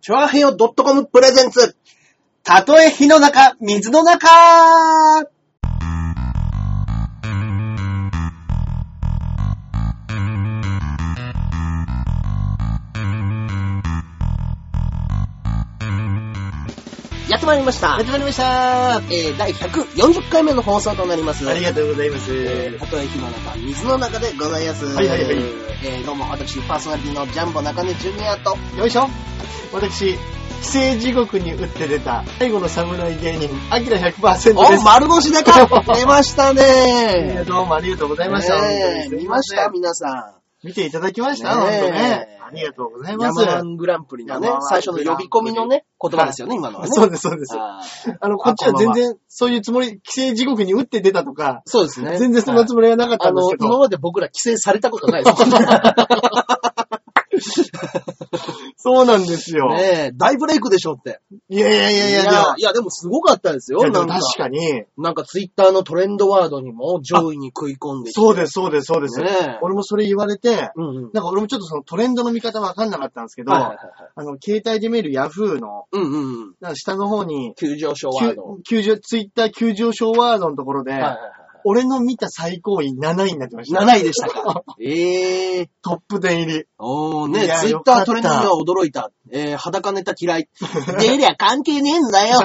チョアヘヨ .com プレゼンツ。たとえ火の中、水の中やってまいりました。りましたえー、第140回目の放送となります。ありがとうございます。えーたとえ火の中、水の中でございます。はいはいはいえー、どうも、私、パーソナリティのジャンボ中根ジュニアと、よいしょ私、寄生地獄に打って出た最後の侍芸人、アキラ100%でお、す。丸腰でか 出ましたえーねどうもありがとうございました。ねえ本当に見ました、すいせん皆さ見ていただきました、ねほんえとね。ありがとうございん。まヤすマ。ラングランプリのねヤマラン、最初の呼び込みのね、言葉ですよね、今のはね。そうです、そうです。あーあの、こっちは全然そういうつもり、寄生地獄に打って出たとか、そうですね。全然そんなつもりはなかったあんですの、け今ど、まで僕ら規制されたことない ですもんね。そうなんですよ。 ねえ大ブレイクでしょって。いやいやいやいや、でもいや、でもすごかったですよい、やでなもんか確。かに、なんかツイッターのトレンドワードにも上位に食い込んできてそうです、そうです、そうです。ねえ俺もそれ言われて、うんうん。なんか俺もちょっとそのトレンドの見方わかんなかったんですけど、はいはいはいはいあの、携帯で見るヤフーの、うんうんうん。なんか下の方に、急上昇ワード。急上、ツイッター急上昇ワードのところで、はいはいはい俺の見た最高位7位になってました。 7位でしたか。 ええ トップ10入り。おーいね、やツイッよタかっーたトレンドには驚いた。えー、裸ネタ嫌い。出りゃ関係ねえんだ よ。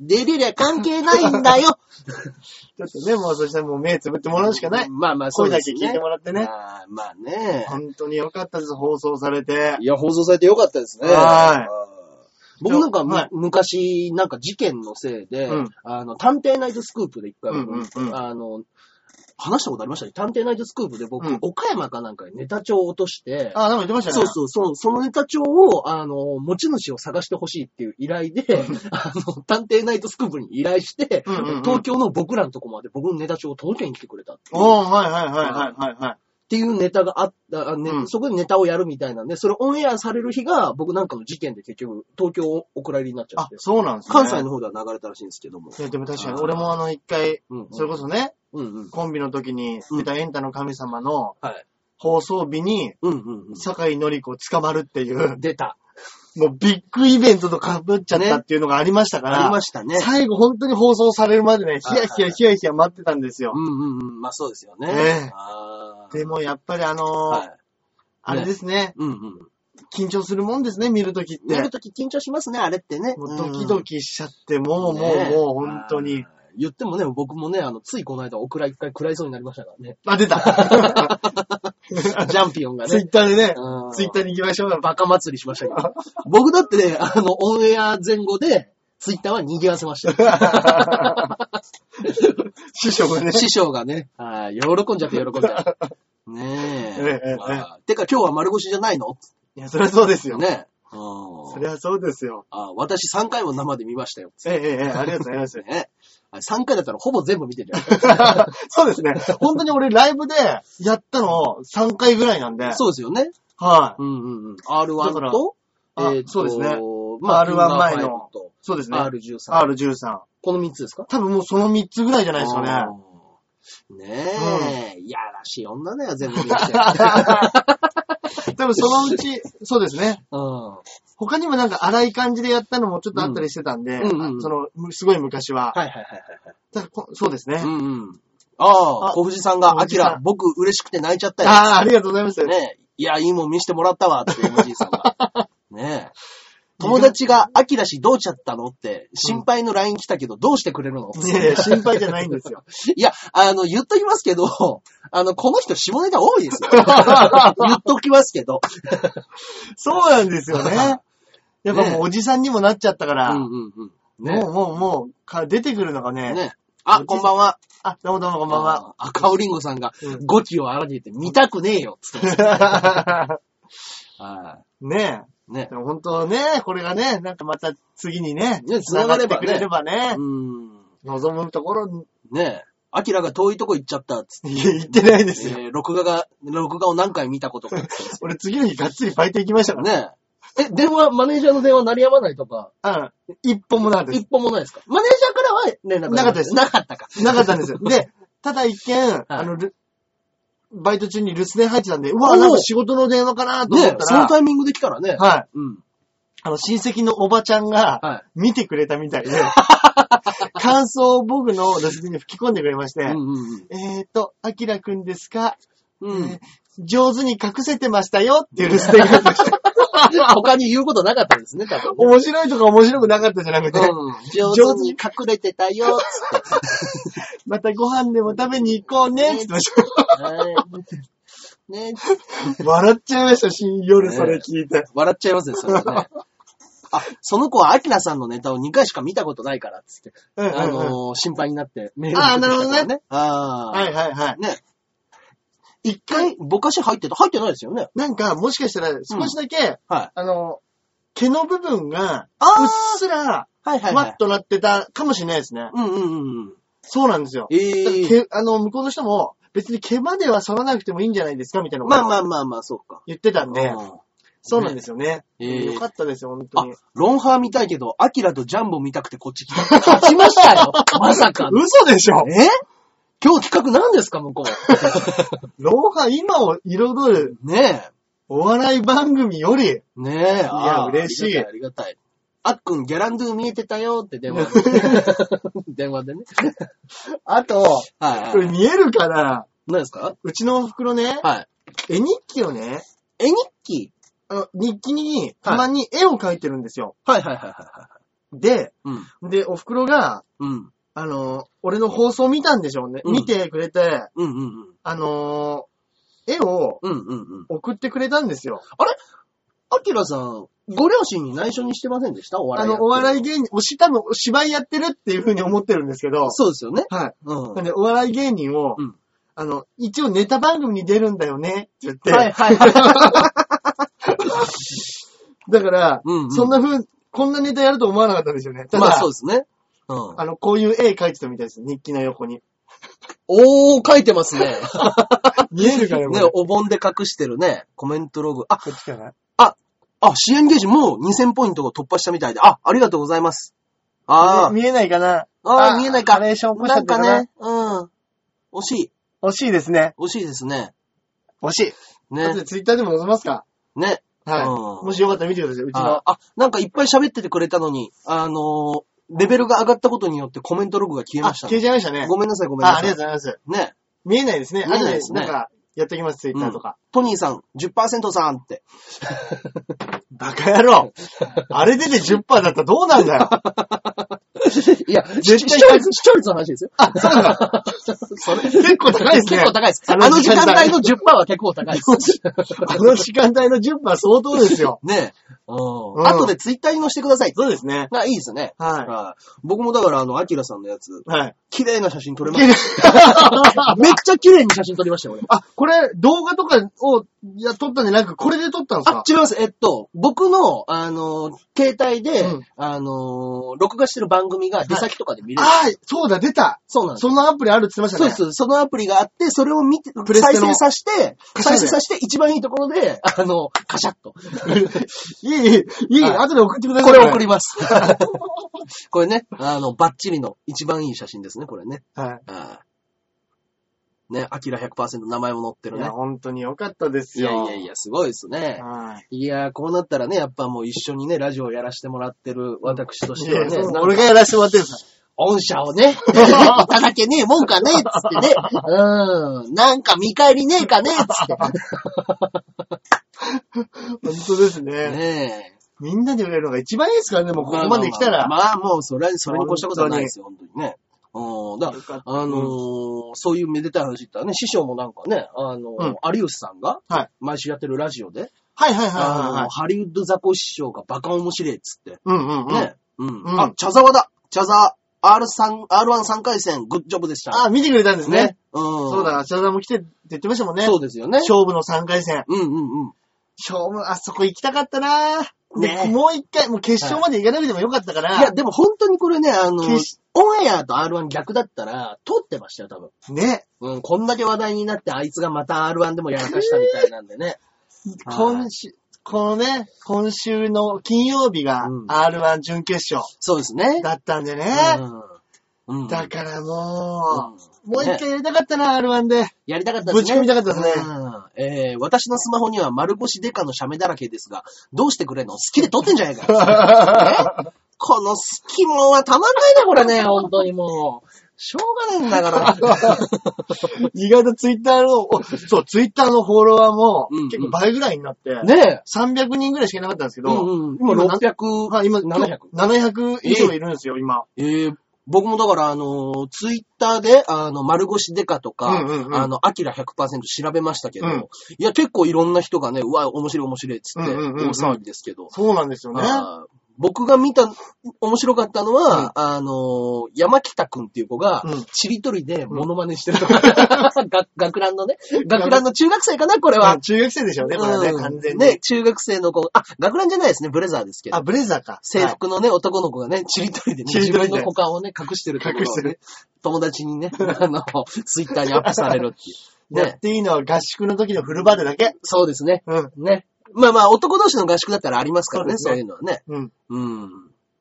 出りゃ関係ないんだよ。ちょっとね、もうそしたらもう目つぶってもらうしかない。まあまあ、そ声うだですけね。聞いてもらってね。あーまあね。本当に良かったです、放送されて。いや、放送されてよかったですね。はいい僕なんか、むはい昔、なんか事件のせいで、うんあの、探偵ナイトスクープで一回、うんうんうんあの、話したことありましたね。探偵ナイトスクープで僕、うん岡山かなんかにネタ帳を落として、あ、なんか言ってましたね。そうそう、その、そのネタ帳を、あの、持ち主を探してほしいっていう依頼で、あの、探偵ナイトスクープに依頼して、うんうんうん東京の僕らのとこまで僕のネタ帳を届けに来てくれたっていうおー、はいはいはいはいはい。はいっていうネタがあった、あねうんそこでネタをやるみたいなんで、それオンエアされる日が僕なんかの事件で結局東京をお蔵入りになっちゃっあて、、そうなんですね。関西の。方では流れたらしいんですけども。いや、でも確かに俺もあの一回、うん、うん。それこそね、うんうん。コンビの時に出たエンタの神様のはい。放送日に、うんうんうん。酒井紀子捕まるっていう、 出た。もうビッグイベントと被っちゃったっていうのがありましたから、ありましたね。最後本当に放送されるまでね、ヒヤヒヤヒヤヒヤ待ってたんですよう。んうんうん。まあそうですよね。ええあーでもやっぱりあのーはい。あれですね、うんうん。緊張するもんですね、見るときっ見るて。とき緊張しますね、あれってね。もうドキドキしちゃって、もううんもうねもう本当に。あー言ってもね、僕もね、あの、ついこの間、お蔵一回食らいそうになりました からね。あ、出 たジャンピオンがね。ツイッターでね、うんツイッターに行きましょうよ。バカ祭りしました けど。僕だってね、あの、オンエア前後で、ツイッターは賑わせま した。師匠がね。師匠がね、はい喜んじゃって喜んじゃう。 ねえええええ。まあてか今日は丸腰じゃないのっいや、そりゃそうですてよ。ね。そうんりゃそうですよ。あ私3回も生で見ましたよ。ええええええ、ありがとうございます。ね、3回だったらほぼ全部見てるじゃん。そうです ね。本当に俺ライブでやったの3回ぐらいな んで。そうですよね。はい。うんうんうん。だから R1 と、あとそうですね。まあ、 R1 前のインナーファイブと、そうですね。 R13。 R13。この3つですか多分もうその3つぐらいじゃないですかあね。ー。ねえ、いやらしい女だよ、全 部見てきて。多分そのうち、そうですね。うん。他にもなんか荒い感じでやったのもちょっとあったりしてたんで、うんうんうんうんその、むすごい昔は。はいはいはいはい。ただこそうですね。うんうん。ああ、あ小藤さんが、小ア藤キさんラ、僕嬉しくて泣いちゃったよ。ああ、ありがとうございます。ねえ。いや、いいもん見してもらったわ、って、おじいさん が。ねえ。友達が、アキラ氏どうちゃったのって、心配の LINE 来たけど、どうしてくれるの、いやいや、心配じゃないんですよ。 いや、あの、言っときますけど、 あの、この人、下ネタ多いです よ。言っときますけど。 そうなんですよね。 やっぱもうおじさんにもなっちゃったから、うんうんうん。ねもうもうもうか、出てくるのがえ。ね。ねえあ、こんばんは。あ、どうもどうもこんばんは。あ赤尾りんごさんがうん 語気を荒げて見たくねえよ、つって。はねい。ねえ。で。も本当ね、これがね、なんかまた次にね、ね繋がればね繋ってくれればね、うん。望むところに、ねえ。アキラが遠いとこ行っちゃった、つっいや、言ってないでて。すよ。えー録画が、録画を何回見た ことかっつって。俺次の日がっつりバイト行きましたからね。ねえ。え、電話、マネージャーの電話鳴りやまないとか、うん。一本もなかったで一本もないですかマネージャーからは連絡がなかったです なかったか。す。なかったんですよ。で、ただ一見、あの、ルバイト中に留守電入ってたんで、うわ、なんか仕事の電話かなと思っねたそのら、タイミングで来たらね。はい。うん。あの、親戚のおばちゃんが、は見てくれたみ たいで、感想を僕の留守電に吹き込んでくれまして、い。うんうんえーと、アキラくんですか、うん。うんえ。ー上手に隠せてましたよっていう留守電が 来ました。 他に言うことなかったんですね、多分ね。面白いとか面白くなかったじゃなくて、うん上手に隠れてたよ、つって。またご飯でも食べに行こうねって言ってました。はい ね笑っちゃいました、し夜それ聞いて。笑っちゃいますね、それはね。あ、その子はアキラさんのネタを2回しか見たことないから、つって。うんうんうんあ のー心配になってメールあー送ってきたからなね。ああ。はいはいはい。ね。一一回回、、ぼかし入ってた入ってないですよね。なんか、もしかしたら少しだけ、はい。あの、毛の部分が、あうっあすら、はいはいマはいッ。となってたかもしれないですね。うんうんうんうん。そうなんですよ。だからええ。毛あの、向こうの人も、別に毛までは剃らなくてもいいんじゃないですかみたいなこまあとをまあまあまあ、そうか。言ってたんで、うんそうなんですよね。ええよかったですよ、本当あに。、ロンハー見たいけど、アキラとジャンボ見たくてこっ ち来た。勝ちましたよまさかの。 嘘でしょえ今日企画何ですか向こローハ今を彩るう。ねえ。お笑い番組より、ねえ。いや嬉しいありがたい。ありがたいあっくん、ギャランドゥ見えてたよって電話 で。電話でね。あと、はい、こは。れ見えるかない何ですかうちのお袋ね、は絵日記をね、い。絵日記あの、日記に、たまに絵を描いてるんですよ。はいはいはいはで、いはい。で、お袋が、うん。うん。あの、俺の放送見たんでしょうね。うん見てくれて、うんうんうん。あのー絵をうんうんうん。送ってくれたんですよ。アキラさん、ご両親に内緒にしてませんでしたおあ笑いやっての、る。お笑い芸人、推し多分お芝居やってるっていう風に思ってるんですけど、そうですよね。はい。うん。なんで、お笑い芸人を、うんあの、一応ネタ番組に出るんだよねって言って、はいはい はい。だから、うんうんそんな風、こんなネタやると思わなかったんですよね。ただ、まあそうですね。うん。あの、こういう絵描いてたみたいです。日記の横に。おー、書いてますね。見えるかよ、こねれ。、お盆で隠してるね、コメントログ。あ、こっちかな。あ、支援ゲージもう2000ポイントを突破したみたいで、あ、ありがとうございます。あー、見えないかなあー見えないかナレーション起こしちゃなっんたかかなね、うん。惜しい。惜しいですね。惜しいですね。惜しい。だっねて。ツイッターでも載せますかね。はい。うんもしよかったら見てください。うちのあ、あなんかいっぱい喋っててくれたのに、あのーレベルが上がったことによってコメントログが消えあ、ました消。えちゃいましたね。ごめんなさい、ごめんなあ、さい。ありがとうございます。うね。見えないですね。見えないですねあれなんか、やっておきます、ツイッターとか。トニーさん、10%さんって。バカ野郎 あれ出て10%だったらどうなんだよいや、絶対視聴率、視聴率の話ですよ。あ、そうなんだ。それ結構高いですね。結構高いです。あの時間帯の10%は結構高いです。 あの時間帯の10%相当ですよ。ねえ。ううんん。後でツイッターに載せてください。そうですね。あ、いいですね。ははい。僕もだから、あの、アキラさんのやつ、い。 はい。綺麗な写真撮れました。 めっちゃ綺麗に写真撮りましたよ、俺。あ、これ、動画とかを、いや、撮ったんじゃなく、これで撮ったんですあか、違います。えっと、僕の、あの、携帯で、うんあの、録画してる番組が出先とかで見れる。ああ、そうだ、出たそうなんです。そのアプリあるって言ってましたそうね。です。そのアプリがあって、それを見て、レステ再の生させて、カシャ再ン生させて、一番いいところで、あの、カシャッと。 いい、いい、いい、はい後で送ってくださこい。れ送ります。 これね、あの、バッチリの一番いい写真ですね、これね。はあーね、アキラ100%名前も載ってい。るいねや、。本当に良かったですいやいよ。やいや、すごいですね。はい。いやー、こうなったらね、やっぱもう一緒にね、ラジオをやらせてもらってる私としいてはね、やそうなんか俺がやらせてもらってるんです御社を ね、いただけねえもんかねえっつってね、うん、なんか見返りねえかねえっつって。本当ですね。ねえ。みんなで売れるのが一番いいですからね、もうここまで来たら。まあもう、それ、それに越したことはないですよ、本当にね。うん、だよかったあのーそういうめでたい話言ったらね、師匠もなんかね、あのー有吉さんが、はい毎週やってるラジオで、はいはいはいあのはいはい。ハリウッドザコシ師匠がバカ面白いっつって、うんうんうん。ね、うん、うんあ、茶沢だ茶沢 R3、R13 回戦、グッジョブでした。あ、見てくれたんですね。うん。そうだ、芦田さんも来てって言ってましたもんね。そうですよね。勝負の3回戦。うんうんうん。勝負、あそこ行きたかったなぁ。ねもう一回、もう決勝まで行かなくてもよかったから。いや、でも本当にこれね、あの決し、オンエアと R1 逆だったら、通ってましたよ、多分。ね。うん、こんだけ話題になって、あいつがまた R1 でもやらかしたみたいなんでね。はい今週、このね、今週の金曜日がうん R1 準決勝そうですね。だったんでね。うん。うん。だからもう、もう一回やりたかったな、R1 で。やりたかったですね。ぶち込みたかったですねね。えー、私のスマホには丸腰デカのシャメだらけですが、どうしてくれんの好きで撮ってんじゃないか。 この好きもんはたまんないな、これね、本当にもう。しょうがないんだから。意外とツイッターの、おそう、ツイッターのフォロワーもうんうん結構倍ぐらいになって、 ねえ。 300人ぐらいしかいなかったんですけど、うんうん、今なん600、はい今700 700以上いるんですよ、今。えー僕もだから、あの、ツイッターで、あの、丸腰デカとか、うんうんうんあの、アキラ100%調べましたけど、うんいや、結構いろんな人がね、うわ、面白い面白いっつって、うんうんうんうん大騒ぎですけど、そうなんですよね。あー僕が見た、面白かったのは、あの、山北くんっていう子がうん、ちりとりでモノマネしてると か、学学ランのね、学ランの中学生かな、これまはあ。中学生でしょうね、これはね、うん完全に。ね、中学生の子、あ、学ランじゃないですね、ブレザーですけど。あ、ブレザーか。制服のね、男の子がね、ちりとりでね、ちり自とりで分の股間をね、隠してるとこ隠ろしをてねる、友達にね、 あの、ツイッターにアップされるっていう。はい。やねっ、ていいのは合宿の時のフルバーでだけ。そうですね。うん。ね。まあまあ、男同士の合宿だったらありますからね、そそううですいうねのはね。ううん。ん。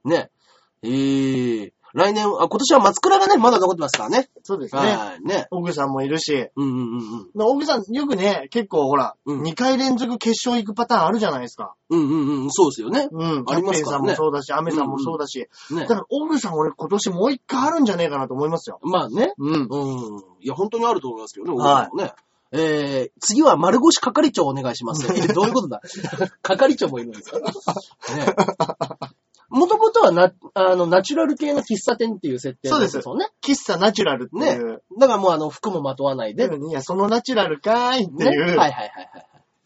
ね。えー、来年、あ、今年は松倉がね、まだ残ってますからね。そうですね。はい、ね。オグさんもいるし。うんうんうんうん。オグさん、よくね、結構ほら、うん2回連続決勝行くパターンあるじゃないですか。うんうんうん、そうですよね。うん。ありますからねキャッペンさんもそうだし、アメさんもそうだし。ねだ。から、オグさん俺今年もう一回あるんじゃねえかなと思いますよ。まあね。うん。うん。いや、本当にあると思いますけどね、は大い野さんもね。えー、次は丸腰係長お願いします。えどういうこと だ係長もいるんですかね。もともとはな、あの、ナチュラル系の喫茶店っていう設定なんよね。喫茶ナチュラルってねいう。。だからもうあの、服もまとわないで。でね。もいや、そのナチュラルかーいってはいいう、はいはいはい。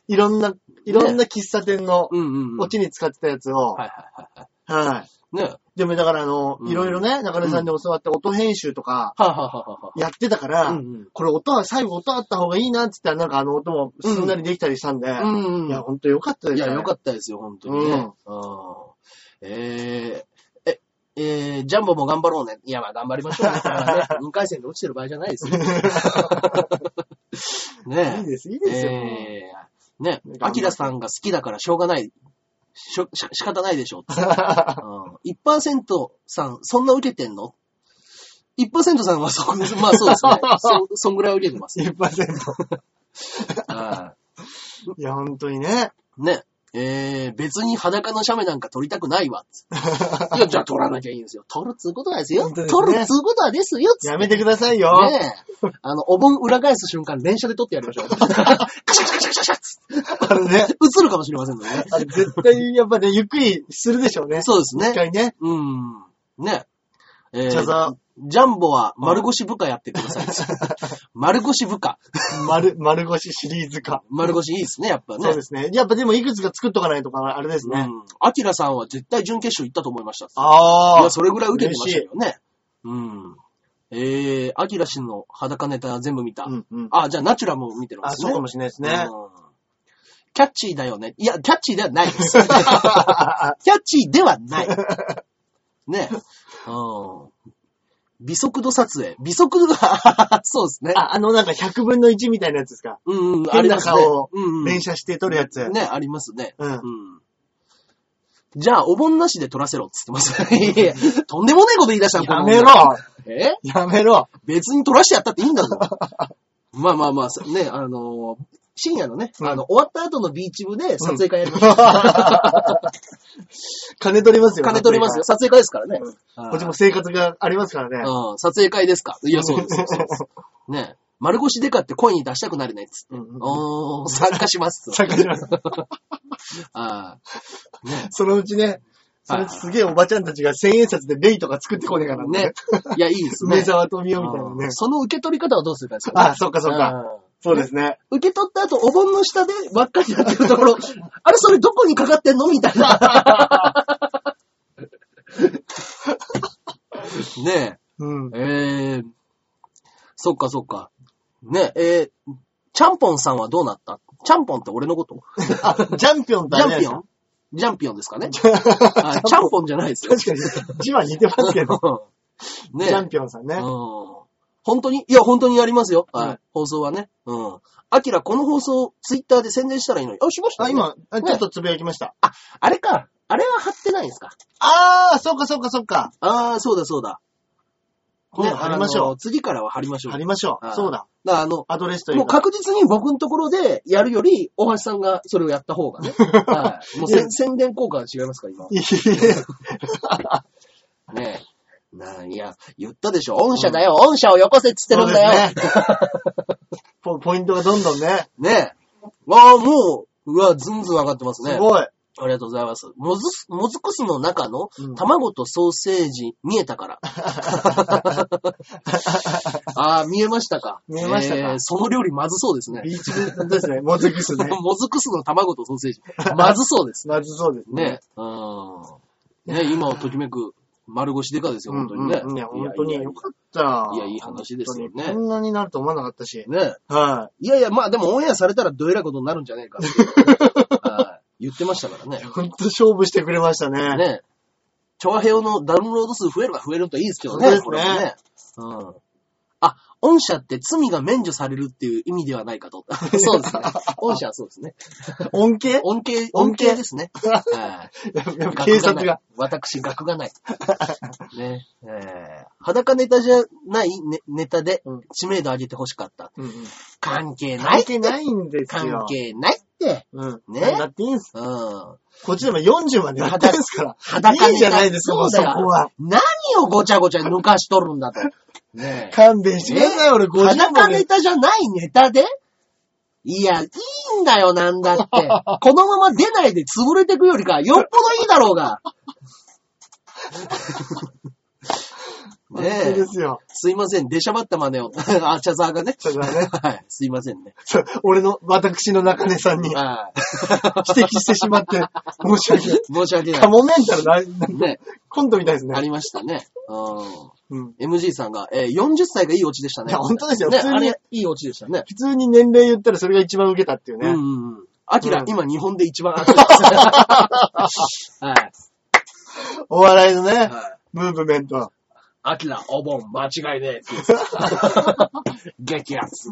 いろんな、いろんな喫茶店のうんうんうん。オチに使ってたやつを、はいはいはいははい。い。ね。はいでもだからあのう、んいろいろね、中根さんに教わって音編集とかはいはいはいやってたから、うんうんこれ音は、最後音あった方がいいなって言ったら、なんかあの音もすんなりできたりしたんで、はい。うんうん。いや、ほんとよかったでいすね。や、良かったですよ、本当にね。ううんん、えー、え、えー、ジャンボも頑張ろうね。いや、まあ頑張りましょうね。だから ね、2回戦で落ちてる場合じゃないですよ。いいねです、いいえ。ですよ。えー、ね頑張、ってアキラさんが好きだからしょうがない。しょ、し仕方ないでしょ うって。うん、1%さん、そんな受けてん の ?1% さんはそこです。まあそうですね。そ、そんぐらい受けてます。 1%。はいいや、ほんとにね。ね。えー、別に裸の写メなんか撮りたくないわ。つっていや、じゃあ撮らなきゃいいんですよ。撮るっつうことはですよ。本当です撮ねるっつうことはですよ。つっやめてくださいよ。て。ねえ。あの、お盆裏返す瞬間、連写で撮ってやりましょう。カシャカシャカシャカシャカシャつってあれね。映るかもしれませんのでね。あれ絶対、やっぱね、ゆっくりするでしょうね。そうです一ね。回ね。うん。ね。えーじゃあさ、ジャンボは丸腰部下やってくださいつって。丸腰部下。丸、丸腰シリーズ化。丸腰いいですね、やっぱね。そうですね。やっぱでもいくつか作っとかないとか、あれですうね。ん。アキラさんは絶対準決勝行ったと思いましたっつって。いああや、。それぐらい受けてましたよね。うん。えー、アキラ氏の裸ネタ全部見た。うんうん。あ、じゃあナチュラも見てるんであ、すそね。うかもしれないですね。うんキャッチーだよね。いや、キャッチーではない です。キャッチーではない。ね。うん。微速度撮影。微速度が、 そうですね。あ、あのなんか100分の1みたいなやつですか。うんうん、あ変りなますね。顔をうんう連写して撮るやつ。ん。ね、ありますね。うん。うん。じゃあ、お盆なしで撮らせろっつってます。 いやいやとんでもないこと言い出したのやめろえやめろ別に撮らしてやったっていいんだぞ。 まあまあまあ、ね、あのー深夜のね、うんあの、終わった後のビーチ部で撮影会やりま しょう。金取りますよ。金取りますよ。。撮影会ですからね。こっちも生活がありますからね。うん、撮影会ですか。いや、そうですそうです。ね。丸腰デカって声に出したくなるね、つって。うんうんおー、参加します。 参加します。あーね。そのうちね、そのうちすげえおばちゃんたちが千円札でレイとか作ってこねえからねね。。いや、いい ですね。梅沢富美男みたいなうねん。その受け取り方をどうするかですよね。あ、そっかそっか。うんそうですね。受け取った後、お盆の下で輪っかになってるところ、 あれそれどこにかかってんのみたいな。 ねうんえ、。えー、そっかそっか。ねえ、えー、ちゃんぽんさんはどうなったちゃんぽんって俺のことあ、ジャンピオンとジあャれンピですオかンジャンピオンですかね あちゃんぽんじゃないです よ。確かに、字は似てますけど。 ねえジャンピオンさんねう。ん本当にいや、本当にやりますよ。はい。うん放送はね。うん。アキラ、この放送、ツイッターで宣伝したらいいのに。あ、しました、あ、今、あちょっとつぶやきました。あれか。あれは貼ってないんですかあー、そうかそうかそうか。ああ、そうだそうだ。今度貼りましねあょの次からは貼りましう。ょう。貼りましょはう。いそうだ。だからあの、アドレスといもううか。確実に僕のところでやるより、大橋さんがそれをやった方 がね。はい。もうせん宣伝効果は違いますから、今。いえねえ。なんや、言ったでしょ。御社だよ、御社をよこせっつってるんだよ。 そうですねポ ポイントがどんどんね。ねえ。わあ、もう、うわ、ずんずん上がってますすね。ごい。ありがとうございます。もずす、もずくすの中のうん卵とソーセージ、見えた から。ああ、見えましたか。見えましたかその料理まずそうですね。ビーチ部ですね。もずくすね。 もずくすの卵とソーセージ、まずそう です。まずそうですね。うん。ね今をときめく丸腰デカですよ、うん本当にうんね。うんいや、本当によかった。いやいい話ですよね本当にこんなになると思わなかったし。ねはいやいや、まあでもオンエアされたらどえらいことになるんじゃねえかっていう はい言ってましたからねい。。本当勝負してくれましたね。ね。調和平のダウンロード数増えれば増えるといいですけどね。こそうですねれもね。うん。あ、御社って罪が免除されるっていう意味ではないかと。そう ですね。御社はそうですね。恩恵 や恩恵、恩恩恵恵ですね。はいっぱやっぱ警察学が。。私、学がない。ね。えー裸ネタじゃないネネタでうん知名度上げて欲しかった。うんうん関係ない関。係ないんですよ。関係ないって。うん。ねだっていいんす。うん。こっちでも40までやってんすから。裸いいじゃないですか、もうそそうだよこは。何をごちゃごちゃ抜かしとるんだと。ねえ。勘弁してください、俺50裸まネで。タじゃないネタでいや、いいんだよ、なん だって。このまま出ないで潰れてくよりか、よっぽどいいだろう が。そうねでえ。すよ。すいません、出しゃばった真似を。 あ、茶沢がね。そうだね。 はい、すいませんね。そう俺の、私の中根さ んに指は摘してしまって、申し訳ないい。申し訳。なカい。モメンタルな、なんかね、コントみたいですあね。りましたね。ううん。ん。MG さんが、えー40歳がいいオチでしたいねや、。本当ですよ。ね、普通あれ、にい、いオチでしたね。普通に年齢言ったらそれが一番受けたっていううね。んうんうん。アキラう、ん今日本で一番熱いです。はい。お笑いのね、はい。ムーブメント。アキラ、お盆、間違いねえ。激アツ。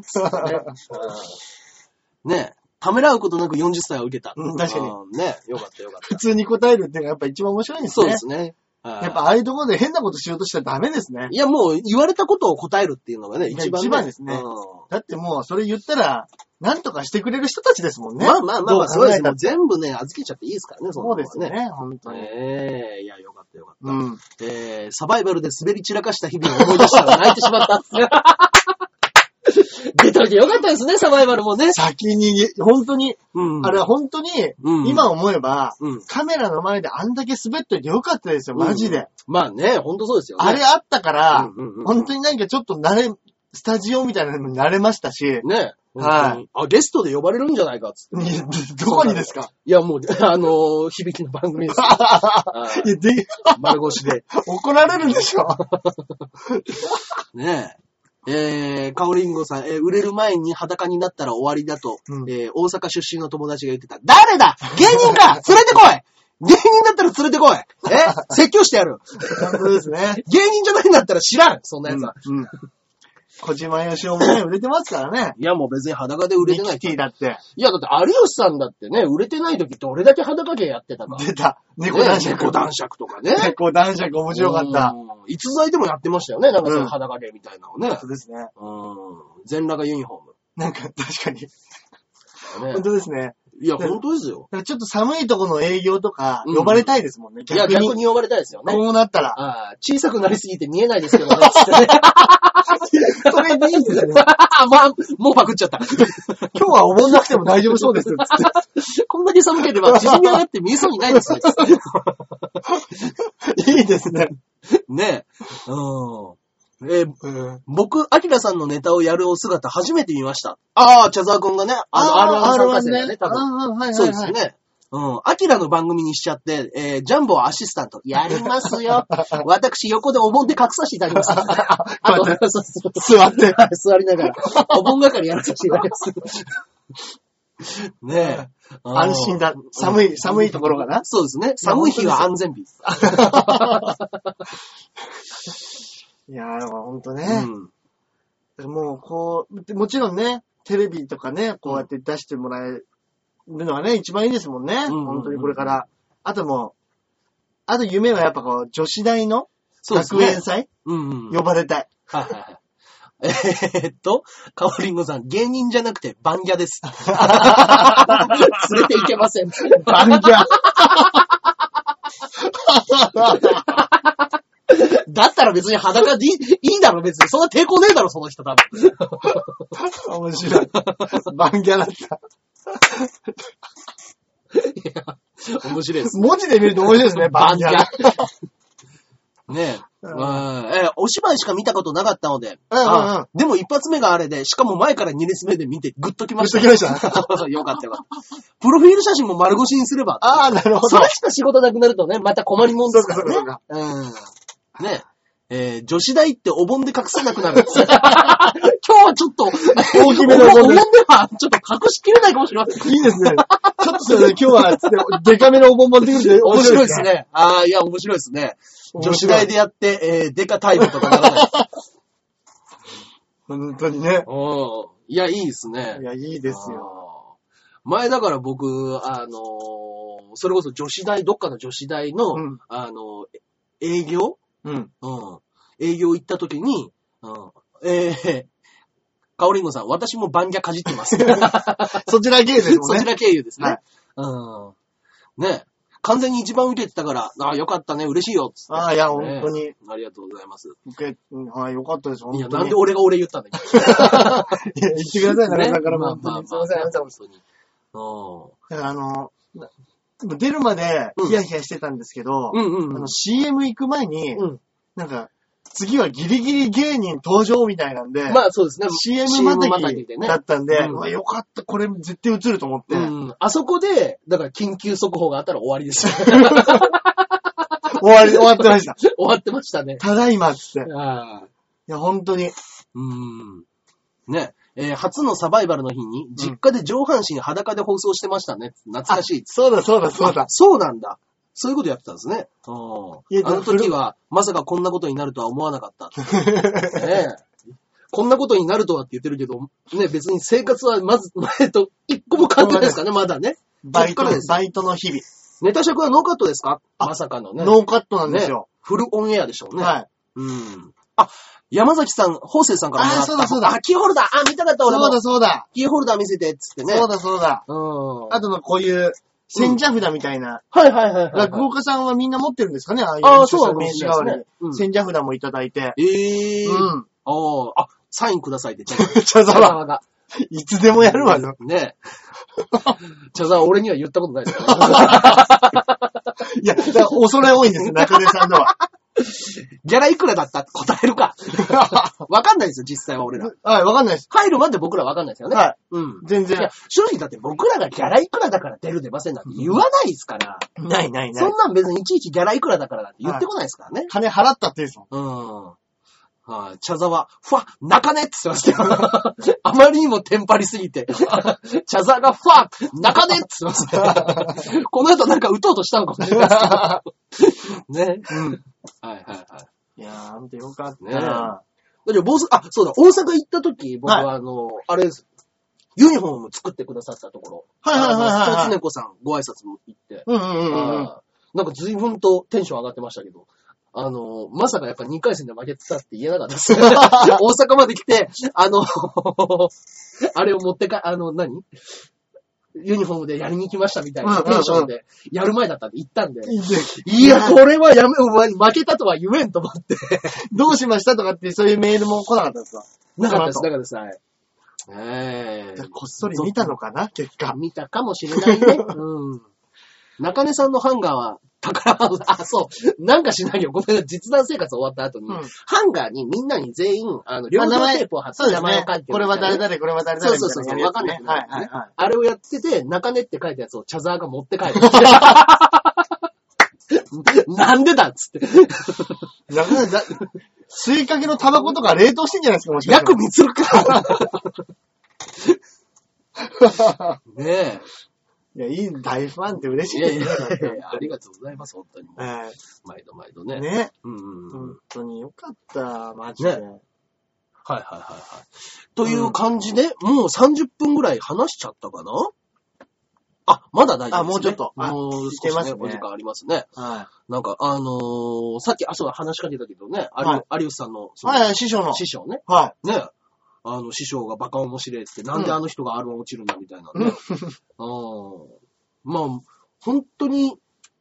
ねえ、ためらうことなく40歳を受けた。うん確かにうん。ねえ、よかったよかっ普通に答えるっていうのがやっぱ一番面白いんでた。すそうねで。すね。はいやっぱああいうところで変なことしようとしたらダメですね。いや、もう言われたことを答えるっていうのがね、いや一番、ね。一番ですねだってもうそれ言ったら、なんとかしてくれる人たちですもんうんね。まあまあまあまあ、どそうう考ですえねたっ。て全部ね、預けちゃっていいですからね、そんそなうのはですね。。本当に。ねえ、いや、よかったよかった。うん。えー、サバイバルで滑り散らかした日々を思い出したら泣いてしまった。 出といてよかったですね、サバイバルもね。先に、本当に、うんあれは本当に、うん今思えば、うん。カメラの前であんだけ滑っといてよかったですよ、マジで。まあね、ほんとそうですよね。あれあったから、うんうんうん本当になんかちょっと慣れ、スタジオみたいなのに慣れましたし、ね。はい本当にあ、ゲストで呼ばれるんじゃないかっつって。どこにですかいや、もう、あのー響きの番組 です。はいいやで、丸腰で。怒られるでしょ。ねえ。えー、カオリンゴさん、えー売れる前に裸になったら終わりだと、うんえー大阪出身の友達が言ってた。誰だ芸人 か連れてこい芸人だったら連れてこいえ説教してやる本当ですね。芸人じゃないんだったら知らんそんなやつは。うん。小島よしおもね、売れてますからね。いや、もう別に裸で売れてないミキ。ティだって。いや、だって有吉さんだってね、売れてない時どれだけ裸芸やってたか。出た。猫男爵。ね猫男爵とかね。猫男爵面白かった。うん。逸材でもやってましたよね。なんかそうのん裸芸みたいなのね。そうですね。うん。全裸がユニフォなんか確かに。ーム。本ね、当ですね。いや、本当ですよ。なんかちょっと寒いとこの営業とか、うん呼ばれたいですもんね。いや、逆逆に。に呼ばれたいですよね。こうなったら。ああ、小さくなりすぎて見えないです けどね。つってね それでいいですね。まあ、 もうパクっちゃった。 今日はお盆なくても大丈夫そうです。つってこんだけ寒ければ縮み上がって見えそうにないですね。いいですね。 ねえ。うん。えーうん。僕、アキラさんのネタをやるお姿初めて見ました。ああ、茶沢くんがね、あの、R1 参加戦だね、多分。あーはいはいはい。そうですよね。うん。アキラの番組にしちゃって、えージャンボはアシスタント。やります よ。私、横でお盆で隠させていただきます。あと、こうやっそうそう座って。はい座りながら、お盆係やらさせていただきます。ねえ。 安心だ。寒い、寒いところかな。そうですね。寒い日は安全日。いやー、ほんとね。うん。もうこう、もちろんね、テレビとかね、こうやって出してもらえるのがね、一番いいですもんね。うんうんうん本当にこれから。あともう、あと夢はやっぱこう、女子大のそうです学ね園祭うんうん。呼ばれたい。はいはいはい。えーっと、カオリンゴさん、芸人じゃなくて、バンギャ です。連れていけません。バン ギャだったら別に裸でいいいいんだろ、別に。そんな抵抗ねえだろ、その人多分。面白い。バンギャだった。 面白いです。文字で見ると面白いです ね、バンギャ。ねえ。ううんんえーお芝居しか見たことなかったので。うんうんうんあでも一発目があれで、しかも前から二列目で見てグッときました。グッときました よかったよかった。プロフィール写真も丸腰にすれば。ああ、なるほそどの。人仕事なくなるとね、また困りもんですからね。そうかうん。ね。えー女子大ってお盆で隠せなくなる。今日はちょっと、大きめのおお盆盆でではちょっと隠しきれないかもしれません。いいですね。ちょっとそれで今日はつって、デカめのお盆持ってくるで面白い です。ね。ああ、いや、面白いですね。女子大でやって、えーデカタイプとかならない。本当にね。うん。いや、いいですね。いや、いいですあよ。ー前だから僕、あのーそれこそ女子大、どっかの女子大の、うんあのー営業うん。うん。営業行った時に、うん。えー、かおりんごさん、私もバンギャかじって ます。そちら芸ですもそんちね。ら経由ですね。はいうん。ね完全に一番受けてたから、ああ、よかったね、嬉しいよ、つって。ああ、いや、本当に。ありがとうございます。受けうんはい、よかったです、本いや、当なんに。で俺が俺言ったんだけい や言ってください、ど。中ね田さんからも。まあまあま本当あにすいません、ありがとう本ござい当に。うん。ますだからあの、な出るまでヒヤヒヤしてたんですけど、うんうんうんあの CM 行く前に、うんなんか、次はギリギリ芸人登場みたいなんで、まあそうですね。 CM またぎでねだ。ったんで、うんうわよかった、これ絶対映ると思って、うん。あそこで、だから緊急速報があったら終わりです。 終わり、終わってました。終わってましたね。ただいまっつって。いああ。や、本当うに。ん。ね。えー初のサバイバルの日に、実家で上半身裸で放送してましたね。懐かしい。そうだ、そうだ、そうだ。そうなんだ。そういうことやってたんですね。うんいやあの時は、まさかこんなことになるとは思わなか った。ねえこんなことになるとはって言ってるけど、ね、別に生活はまず、前と一個も変わってないですからね、まだね。バイト そっからで、すバイトの日々。ネタ尺はノーカットですかまさかのね。ノーカットなんですよ。フルオンエアでしょうね。はい。うん。あ、山崎さん、法政さんからもらった。あそうだそうだあ、キーホルダーあ、見たかった俺そうもだ、。そうだ。キーホルダー見せて、つってね。そうだ。だ、そうだ。うん。あとのこういう、千社札みたいな。はいはいはいはい、はい。落語家さんはみんな持ってるんですかねああいう。あーそうなだ、ん名で刺すね代わりうに。ん千社札もいただいて。ええー。うん。ああ、あ、サインください って。茶沢茶茶沢、沢が。いつでもやるわよ。ねえ。茶沢、俺には言ったことないです から、ね。いや、だから恐れ多いんですよ、中根さんの は。ギャラいくらだったって答える か。わかんないですよ、実際は俺ら。はい、わかんないです。入るまで僕らわかんないですよね。はい。うん。全いや然。、正直だって僕らがギャラいくらだから出る出ませんなんて言わないですから。ないないなそいん。なん別にいちいちギャラいくらだからなんて言ってこないですからね。金払ったって言うんですもん。うん。はい、茶沢、ふわ、泣かねって言ってましたよ。 あまりにもテンパりすぎて。 茶沢が、ふわ、泣かねって言ってましたよ。 この後なんか打とうとしたのかもしれないですけど。 ね。うん。はいはいはい。だいやー、ほんとよかったねえな。って、坊主、あ、そうだ、大阪行った時、僕ははあの、あれです。ユニフォーム作ってくださったところ。はいはいはいはいはいあのつねこさん、ご挨拶も行って。うんうんうんうん。あーなんか随分とテンション上がってましたけど、あのー、まさかやっぱ2回戦で負けてたって言えなかった です。大阪まで来て、あの、 あれを持ってか、あの、何ユニフォームでやりに来ましたみたいなテンションで、やる前だったんで行ったんで、いいねいや、これはやめ、お前負けたとは言えんと思って。どうしましたとかって、そういうメールも来なかったんですかなかったです、そなかったです、はい。ええじゃあこっそり見たのかな結果。見たかもしれない ね。うん。中根さんのハンガーは、宝物、 あ、そう。なんかしないよ。ごめん、実弾生活終わった後に、うんハンガーにみんなに全員、あの、両方テープを貼ってそうで名す前をね書いてるみたいなね。これは誰々、これは誰々そうみそうたそういそなう、やわつかんなね。くはないるはねいはい。あれをやってて、中根って書いたやつを茶沢が持って帰 る。なんでだっつって。 なかなか、吸いかけのタバコとか冷凍してんじゃないですか、もしかした薬ら。見つるか。 ねいや、いい、大ファンって嬉え。しいいでやすいねやいやいやありがとうございます、本当に。え毎度毎度えね。ね。うんうんうん。本当によかった、マジで。はいはいはいはい。という感じで、もう30分ぐらい話しちゃったかなあ、まだ大丈夫です、ね。あもうちょっとあもういけ少ましすね、ねお時間ありますね。はなんか、あのーさっき、あ、そう、話しかけたけどね、は有吉さんの、い。そのはいはい、師匠の。師匠ね、はね、あの、師匠がバカ面白いっつって、なんであの人が R1 落ちるんだみたい なね。うん。まあ、本当にい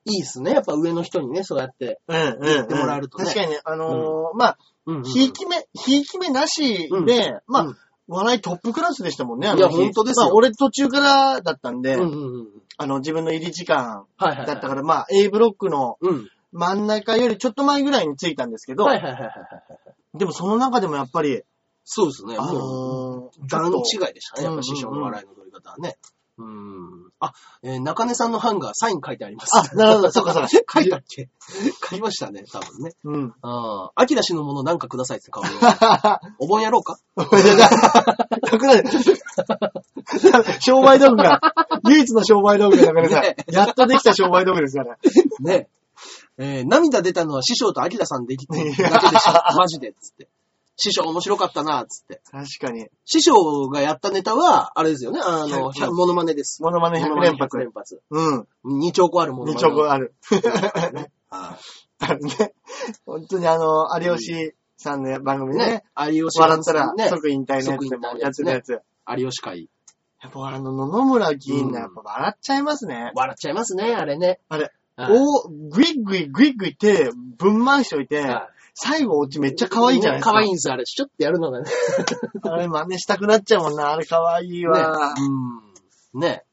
いっすね。やっぱ上の人にね、そうやって。い。うんうん、うん。ってもらえるとね確かにね、あのーまあ、うんうん、ひいき目、ひいき目なしうんで、まあ、うん笑いトップクラスでしたもんね、あいやの日。本当ですよまあ、俺途中からだったんで、うんうんうん。あの、自分の入り時間はいはい、だはい。ったから、まあ、A ブロックのうん。真ん中よりちょっと前ぐらいに着いたんですけど、はいはいはいはいはい。でもその中でもやっぱり、そうですね。あのーもう、ちょ段っと違いでしたね。やっぱ師匠の笑いの取り方はね。うん。あ、えー中根さんのハンガー、サイン書いてあります。あ、なるほど、そうかそうか。 書いたっけ書きましたね、多分ね。うん。 ああ、アキラ氏のものなんかくださいって顔で。お盆やろうかなくなる。 商売道具が、唯一の商売道具がなくなね。るやっとできた商売道具ですから。ねえー涙出たのは師匠とアキラさんできてるだけでしょ。マジで、つって。師匠面白かったな、つって。確かに。師匠がやったネタは、あれですよね、あの、 100モノマネです。モノマネ100連モノマネ100発。連発。うん。 2兆個あるモノ2マネ。兆個ある。はあるね。 本当にあの、有吉さんの番い組ねね。。有吉笑ったらね。即引退のやつで即引退のも、ややつつのねやつ。有吉会。やっぱあの、野々村議員がやっぱ笑っちゃいますね。笑っちゃいますね、あれね。あれ。はいお、グイグイグイグイって、ぶん回しておいて、はい最後オチめっちゃ可愛いじゃないですか。可愛いんです、あれ。シュッてやるのがね。あれ真似したくなっちゃうもんな。あれ可愛いわ。ねうん。ね。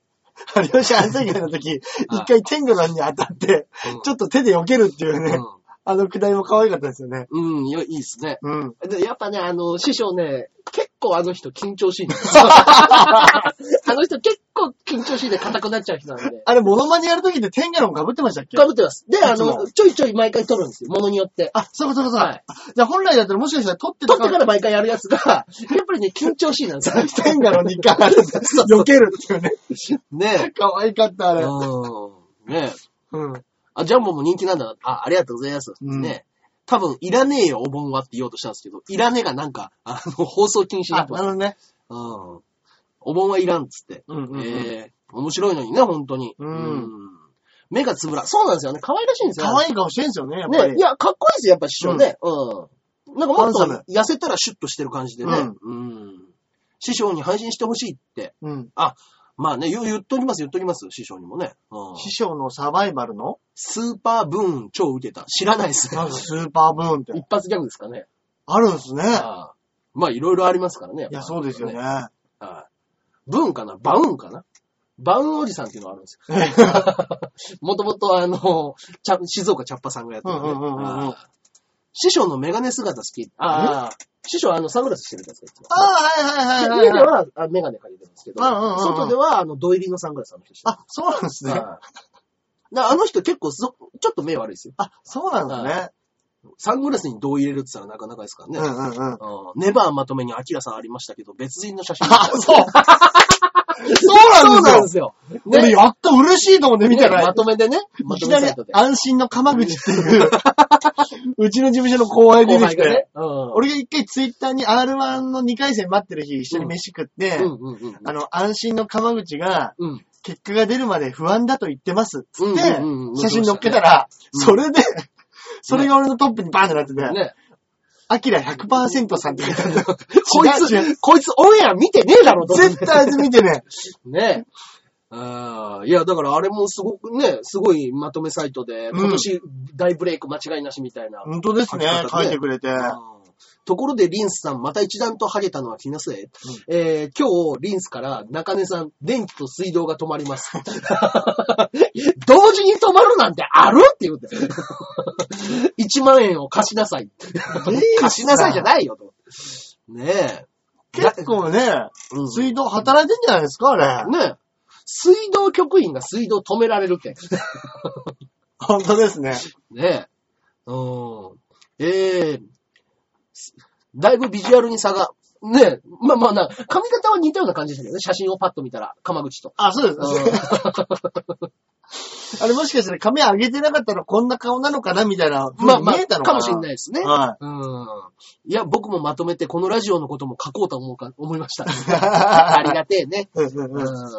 有吉安西会の時、一回天狗さんに当たって、うんちょっと手で避けるっていうね、あのくだりも可愛かったですよね。うん。うん、いやいいですね。うん。で、やっぱね、あの、師匠ね、結構あの人緊張しいん ですよ。 あの人結構緊張しいで硬くなっちゃう人 なんで。あれ、モノマネやる時って天狗論被ってましたっけかぶってます。で、あいつもの、ちょいちょい毎回撮るんですよ。ものによって。あ、そうかそうかそうか。はいじゃあ本来だったらもしかしたら撮って撮たってから毎回やるやつが、やっぱりね、緊張しいなんですよ。天狗論に一回あるんだ。 避けるっていうね。ね 可愛かった、あえ。れ。うん。ねえ。うん。あ、ジャンボも人気なんだ。あ、ありがとうございます。うんねえ。多分、いらねえよ、お盆はって言おうとしたんですけど、いらねえがなんか、あの、放送禁止になあ、なっるてほます。どね。うん。お盆はいらんっつって。うんうんうんええ面白いのにね、本当に。うん目がつぶら。そうなんですよね。可愛らしいんですよ。可愛い顔してるんですよね、やっぱり。ね。いや、かっこいいですよ、やっぱ師匠ね。うん。なんかもっハンサと痩せたらシュッとしてる感じでね。うん。師匠に配信してほしいって。うん。まあね、言う言っときます、言っときます、師匠にもね。うん。師匠のサバイバルの、スーパーブーン超受けた。知らないですねなん。かスーパーブーンって一発ギャグですかね。 あるんですね。ああまあ、いろいろありますからね。っいぱや、そうですよね。。ああブーンかなバウンかなバウンおじさんっていうのがあるんです よ。 もともとあの、ちゃ静岡チャッパさんがやってたね。うんうんうんうんうんああ師匠のメガネ姿好き。ああ、師匠はあのサングラスしてるやつがいつもあはいはいはい家はでいはい。はあメガネかけてるんですけど、うんうんうんうん外ではあの、土入りのサングラスあの人してるあ、そうなんですね。はいだあの人結構そ、ちょっと目悪いですよ。あ、そうなんですね。サングラスに銅入れるって言ったらなかなかですからね。うんうんうん。うんネバーまとめにアキラさんありましたけど、別人の写真。 あ、そうそそううななんでん ですよ。よ。ね、やっと嬉しいと思って見たら、まとめでね。まいときめなサりイトで。安心の鎌口って いう、うちの事務所の後輩出後てき輩がて、ね。うん。俺が一回ツイッターに R1 の2回戦待ってる日一緒に飯食って、うんうんうん。あの、安心の鎌口が、うん。結果が出るまで不安だと言ってますっつって、うんうんうん写真載っけたら、うんそれで、それが俺のトップにバーンってなってて、ね。アキラ100%さんって書いてあるんだ よ。こい違う違うつ、こいつオンエア見てねえだろ、と思って絶対あいつ見て ね。ね。あーいや、だからあれもすごくね、すごいまとめサイトで、うん今年大ブレイク間違いなしみたいな。本当ですね書き方。ね書いてくれて。うんところでリンスさん、また一段とハゲたのは気のせい。えー今日、リンスから中根さん、電気と水道が止まり ます。同時に止まるなんてあるって言うんだよ。1万円を貸しなさい。貸しなさいじゃないよ、と。ねえ。結構ね、うん水道働いてんじゃないですか、あれ。ねえ。水道局員が水道止められるって。本当ですね。ねえ。うん。ええすだいぶビジュアルに差が。ねえ。まあまあな、髪型は似たような感じですけどね。写真をパッと見たら、鎌口と。あ、そううんです。 あれもしかしたら髪上げてなかったらこんな顔なのかなみたいな。まあま見えたあ、のかかなもしれないですね。 はうん。いや、僕もまとめて、このラジオのこと も書こうと思うか、思いました。い。ありがてえね。うんうんううんん。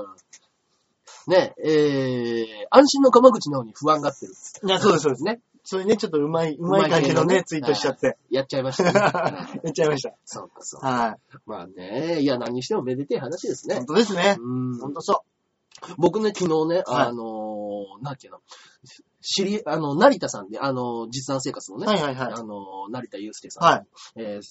ね、えー、安心の鎌口の方に不安がってる。いや、そうです、そうです。ね。それね、ちょっとうまい、うまい感じのうまい系のねね、ツイートしちゃって。やっちゃいましやた、ね。 っちゃいました。そうか、そうか。はまあね、いや、何にしてもめでてえ話ですい。ね本。当ですね。うん本当そ僕ね、昨日ね、はいあのー、なんていうの、知り、あの、成田さんで、あの、実弾生活のう。ね、はいはいはい。あの、成田祐介さん、はい。えー、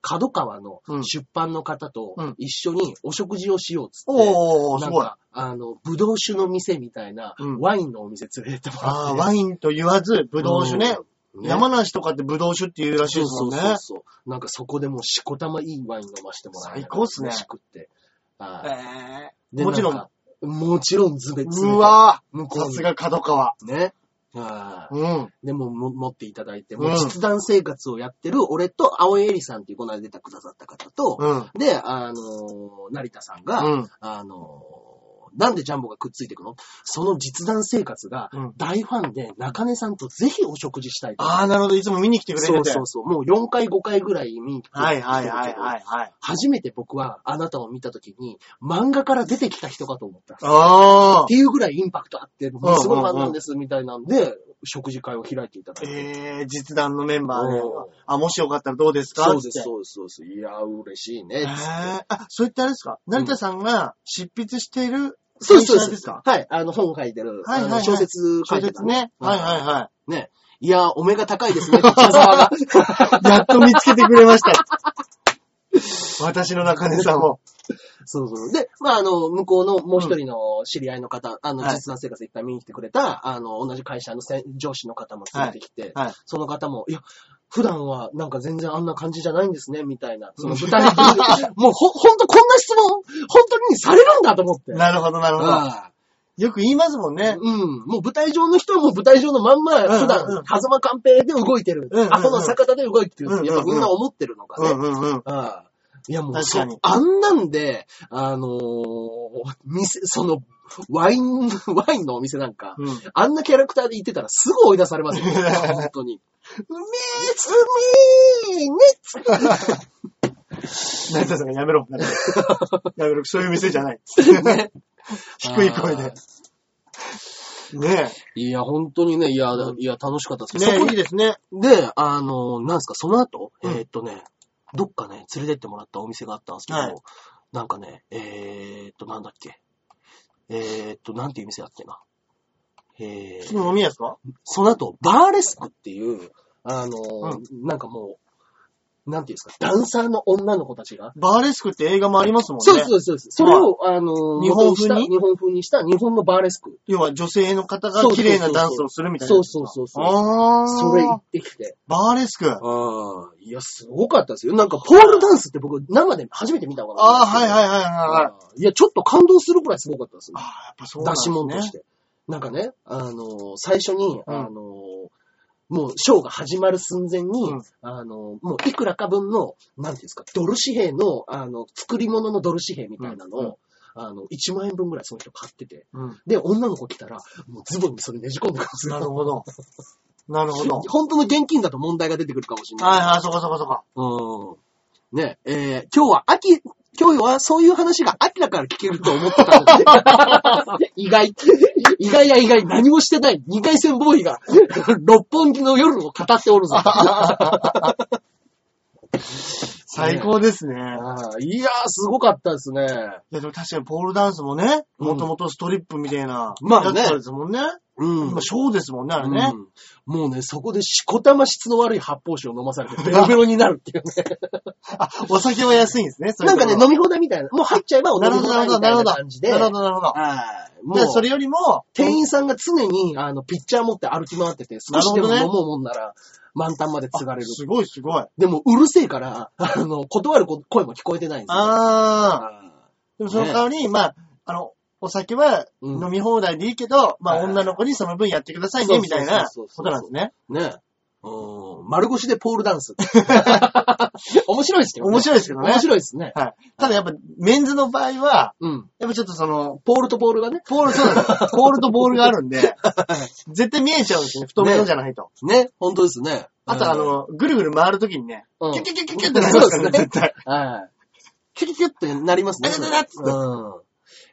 角川のうん出版の方とうん一緒にお食事をしようっつって、おー、なすんごい。か、あの、ぶどう酒の店みたいなうん、ワインのお店連れてってもらって。ああ、ワインと言わず、ぶどう酒ね。うん。山梨とかってぶどう酒って言うらそしいでうすそもんうね。そうそう。なんかそこでもうしこたまいいワイン飲ましてもらえ最高っすね飯食って。はいえでもちろんなかもちろんずべつー、うわ向ー、こうさにすが角川。ね。はいうん。でも、も持っていただいて、もううん実弾生活をやってる俺と青江エリさんっていうこの間出てくださった方と、うん。で、あのー、成田さんが、うん。あのー、なんでジャンボがくっついてくのその実弾生活がうん大ファンで中根さんとぜひお食事したいと。ああ、なるほど。いつも見に来てくれてて。そうそうそう。もう4回5回ぐらい見に来てるはいはいはいはいはい。初めて僕はあなたを見たときに漫画から出てきた人かと思った。っああ。ていうぐらいインパクトあって、もうすごいファンうんうんなうんんですみたいなんで、食事会を開いていただいて。えー、実弾のメンバーでおー。あ、もしよかったらどうですかそうです、ってそうです、そうです。いやー、嬉しいえね。ー、あ、そういったあれですか成田さんが執筆しているそうです、そう会社でですすか。はい、あの、本書いてる、はいはいはいあの小説書小いてた説。ね。うんはいはいはいね。いやー、お目が高いですね、北沢が。 やっと見つけてくれました。 私の中根さんを。そうそう。で、まあ、あの、向こうのもう一人の知り合いの方、あの、はい実弾生活一回見に来てくれた、あの、同じ会社の先上司の方も連れてきて、はいはいその方も、いや、普段はなんか全然あんな感じじゃないんですね、みたいな。その舞 台上でもうほ、ほんとこんな質問、本当にされるんだと思って。なるほど、なるほど。ああよく言いますもんね。うん。もう舞台上の人はもう舞台上のまんま、うんうん普段、狭間寛平で動いてるうんうんう。んアホの坂田で動いてるって。やっぱみんな思ってるのかうね。んうんうん。ああいやもう確そかうに、あんなんで、あのー店、その、ワイン、 ワインのお店なんか、うん、うあんなキャラクターで行ってたらすぐ追い出されます よ。本当に。めつみーねえ成田さんがやめ ろ。やめろ。やめろそういう店じゃない。低い声で。ねいや、本当にね、いや、うんいや、楽しかったですえ。けど、そこいいですね。で、あの、なんすか、その後、うんえーっとね、どっかね、連れてってもらったお店があったんですけど、はいなんかね、えーっと、なんだっけ。えーっと、なんていう店だっけな。え普通ー、の飲み屋ですかその後、バーレスクっていう、あの、うなんかもう、なんていうんですか、ダンサーの女の子たちが、バーレスクって映画もありますもんね。そうです、そうですそうです。それを、あの、日本元風にした日本風にした日本のバーレスク。要は女性の方がそうそうそ綺う麗なダンスをするみたいなそやうつですか。そうそうそう。ああ。それ行ってきて。バーレスク。あああ、いや、すごかったですよ。なんか、ポールダンスって僕、生で初めて見たのかな。あー、はいはいい。はいはいはい。いや、ちょっと感動するくらいすごかったですよあ。あ、やっぱそうな出んでしすね。物として。なんかね、あのー最初に、うんあのーもう、ショーが始まる寸前に、うんあのーもう、いくらか分の、なんていうんですか、ドル紙幣の、あの、作り物のドル紙幣みたいなのを、うんうあの、1万円分ぐらいその人買ってて。うん。で、女の子来たら、もうズボンにそれねじ込んでくるんですなよ。るほど。 なるほど。本当の現金だと問題が出てくるかもしれない。はいはい、そこそこそこ。うん。ね、えー今日は秋、今日はそういう話が秋だから聞けると思ってたんですね 意外、意外や意外、何もしてない二回戦ボーイが、六本木の夜を語っておるぞ。最高ですね。あーいやー、すごかったですね。いやでも確かにポールダンスもね、うんもともとストリップみたいな、まあねやつですもんね。うん。今ショーですもんね、あうれんね。もうね、そこでしこたま質の悪い発泡酒を飲まされて、ベロベロになる っていうね。あ、お酒は安いんですね、そういなうんとかこね、飲ろみ放題みたいな。もう入っちゃえばお飲み放題みたいな感じで。なるほど、なるほど。はいもで、う、それよりも、店員さんが常に、あの、ピッチャー持って歩き回ってて、少しでもな飲るもうもんなら、満タンまで継がれる。すごいすごい。でも、うるせえから、あの、断る声も聞こえてないんですよ。あー。あでもその代わり、まあ、あの、お酒はうん飲み放題でいいけど、まあはい女の子にその分やってくださいそうね、そうみたいなそうそうことなんですね。ーねえ。うん。丸腰でポールダンス。 面白いですよ、面白いですけどね面。白いですね。はい。ただやっぱ、メンズの場合は、うん。やっぱちょっとその、ポールとポールがね。ポール、そう なんですよポールとボールがあるんで、絶対見えちゃうんですね。太めのじゃないと。ね、本当ですね。あとあの、ぐるぐる回るときにね、うん、キュキュッキュッキュッキュッってなりますからそうですねね、絶対。はい。キュキュキュってなりますね。あなななっつってうん。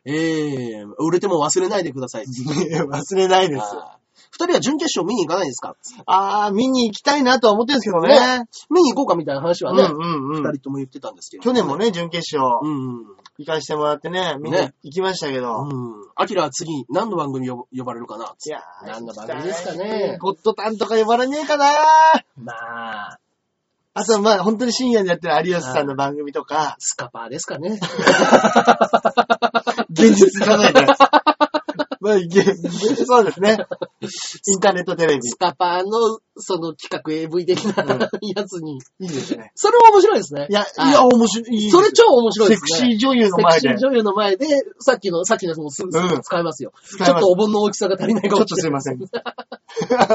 えー、売れても忘れないでください。 忘れないですよ。あー二人は準決勝見に行かないですかあー、見に行きたいなとは思ってるんですけどね。見に行こうかみたいな話うはんね、うんう二ん。人とも言ってたんですけど、去年も。ね、準決うん、勝、うん。行かせてもらってね、見にね行きましたけど。うん。アキラは次、何の番組呼呼ばれるかないやー何の番組ですかねゴッドタンとか呼ばれねえかなまあ、あと、まあ、本当に深夜にやってる有吉さんの番組とか、スカパーですかね。現実行かないで。 まあ、現実そうですね。インターネットテレビ。スカパーの、その企画 AV 的なやつに。いいですね。それは面白いですね。いや、はいや、面白い。いいですそれ超面白いでセすクね。シー女優の前で。セクシー女優の前で、さっきの、さっきのやつもすぐすうぐん使えますよ、使ちょえっますとお盆の大きさが足りないちかょっもとしすれいない。ません。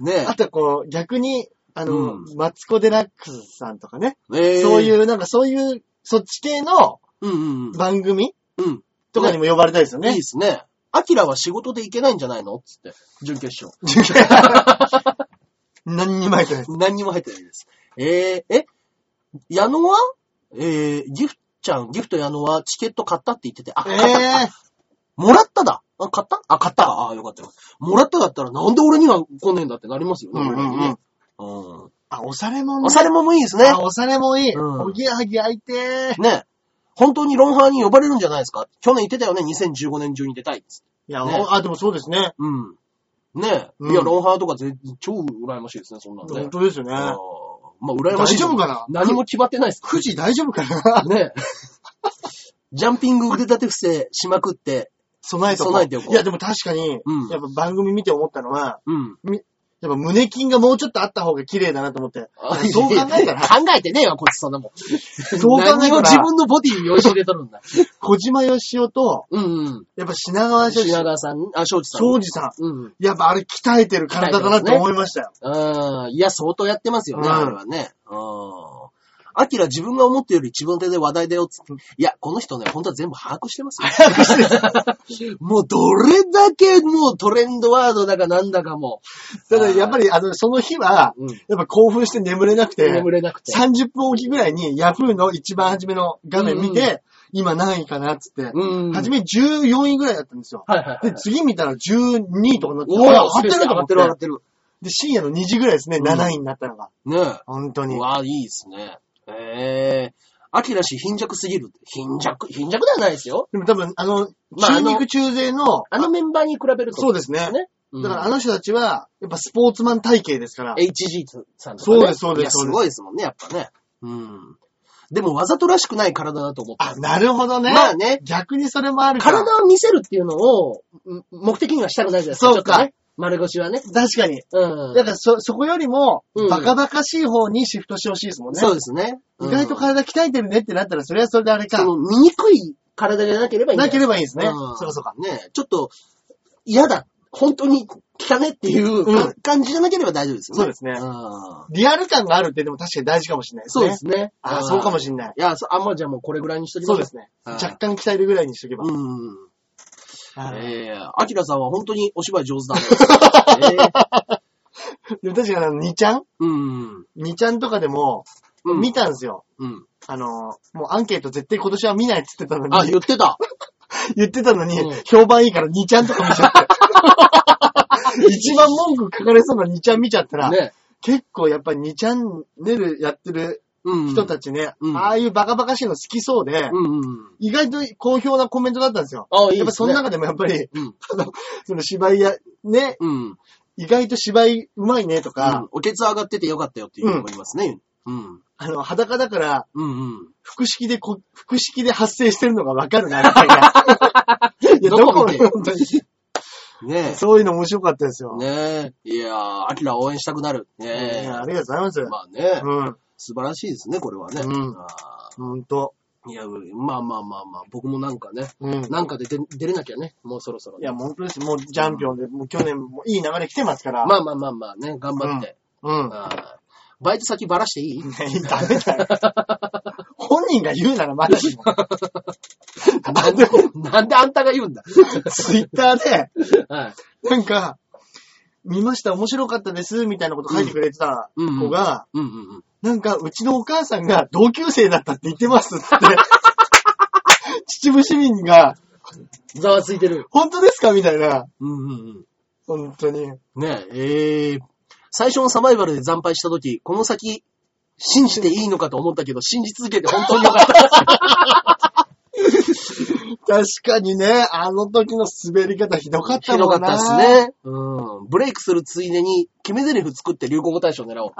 ねあとこう、逆に、あの、うマツコ・デラックスさんとかね、え。。そういうう、なんかそういう、そっち系のうんうんうん。番組うん。とかにも呼ばれたいですよいいねで。すね。アキラは仕事で行けないんじゃないのつって。準決 勝。何にも入ってないです。何にも入ってないです。えー、え矢野はえー、ギフちゃん、ギフト矢野はチケット買ったって言ってて。あ、買ったええもらっただあ、買ったあ、買ったああ、よかったよ。もらっただったらなんで俺には来ねえんだってなりますよね。うんうんうん。うん。あ、おされもんねおされももいいですね。あ、おされもいい。うんおぎやはぎ開いてー。ね。本当にロンハーに呼ばれるんじゃないですか去年言ってたよね。2015年中に出たいっつって。いや、ねおあ、でもそうですね。うん。ねうんいや、ロンハーとか全超羨ましいですね、そんなんね。本当ですよね。あーまあ、大羨ましい。丈夫かな何も決まってないです。富士大丈夫かなねえ。 ジャンピング腕立て伏せしまくって、 備えとこう。備えておこういや、でも確かに、うんやっぱ番組見て思ったのは、うん。やっぱ胸筋がもうちょっとあった方が綺麗だなと思って。そう考えたら、 考えてねえわ、こいつそんなもん。 そう考えたら何を自分のボディに用意し入れとるんだ。小島よしおと、うんうん。やっぱ品川庄司品川さん、あ、庄司さん。庄司さうん。ん。やっぱあれ鍛えてる体だなと思いましたよ。うん。いや、相当やってますよね、うんあれはね。うん。アキラ自分が思ったより自分の手で話題だよっつって。いや、この人ね、本当は全部把握してますよ。 もうどれだけもうトレンドワードだかなんだかもただやっぱり、あの、その日は、う、うん、やっぱ興奮して眠れなくて、眠れなくて。 30分おきぐらいに Yahoo の一番初めの画面見て、今何位かなっつって、うん。初め14位ぐらいだったんですよ。はいはいはい。で、次見たら12位とかになって、おお、あれ上が上がっっててるる上とが思っっててる上がってる。で、深夜の2時ぐらいですね、ん7位になったのが。ね本当え。にう。わあ、いいですね。ええアキラ氏貧弱すぎる。貧弱、貧弱ではないですよ。でも多分、あの、まあ中あの肉中背の、あのメンバーに比べると。そうですね。ね。うんだからあの人たちは、やっぱスポーツマン体型ですから。 HG さんとか、ね。そうですそうですいや、そうすですごいですもんね、やっぱね。うん。でも、わざとらしくない体だと思ったあ、。なるほどね。まあね逆にそれもあるから。体を見せるっていうのを、うん目的にはしたくないじゃないですか。そうかちょっとね。丸腰はね。確かに。うん。だからそ、そこよりもうん、バカバカしい方にシフトしてほしいですもんね。そうですね。意外と体鍛えてるねってなったら、それはそれであれうん、か。その、醜い体じゃなければいいんだなよければいいんですね。うんそうかそうか。ねちょっと、嫌だ。本当に汚ねっていううん感じじゃなければ大丈夫ですよね。そうですねんリアル感があるってでも確かに大事かもしれないですね。そうですね。あーそうかもししれない。れない。いや、そあ、もうじゃあもうこれぐらいにしときまそすうですね。うん若干鍛えるぐらいにしとけば。うん。はいええアキラさんは本当にお芝居上手だ ね。ええでも確かにあの、2ちゃんうん。 ?2 ちゃんとかでも、うん見たんですよ。うん。あの、もうアンケート絶対今年は見ないって言ってたのあ、に、言ってた。言ってたのに、うん評判いいから2ちゃんとか見ちゃ って。一番文句書かれそうな2ちゃん見ちゃったら、ね。結構やっぱり2チャンネルやってるうん。人たちね、うんああいうバカバカしいの好きそうで、うんうん。意外と好評なコメントだったんですよ。あいいですねやっぱその中でもやっぱり、うん。あの、その芝居や、ね、うん。うん。意外と芝居うまいねとか、おケツ上がっててよかったよっていうのもありますね。うん。あの、裸だから、うんうん。複式でこ、複式で発生してるのがわかるな、み たいな。いや、どどここ見もて本当に。ねそういうの面白かったですよ。え。ねえ。いやー、アキラ応援したくなる。いねやありがとうございます。え。まあね。うん。素晴らしいですね、これはね。うんあほんと。ーいや、まあまあまあまあ、僕もなんかね、うん。いなんかで出出れなきゃね、もうそろそろね、や、もう本当です。もうジャンピオンで、もう去年もいい流れ来てますから。まあまあまあまあね、頑張って。うん。あーバイト先ばらしていいダメだよ。本人が言うならまだしも。なん で、なんであんたが言うんだ。ツイッターで、はいなんか、見ました、面白かったです、みたいなこと書いてくれてたうんうん子が、うんうんうん。なんか、うちのお母さんが同級生だったって言ってますって。秩父市民が、ざわついてる。本当ですかみたいな。うんうん本当に。うん。ねえ、えー、最初のサバイバルで惨敗したとき、この先、信じていいのかと思ったけど、信じ続けて本当によかった。確かにね、あの時の滑り方ひどかったひどもかっんな。たっす。ね。うん。ブレイクするついでに、決め台詞作って流行語大賞狙お う。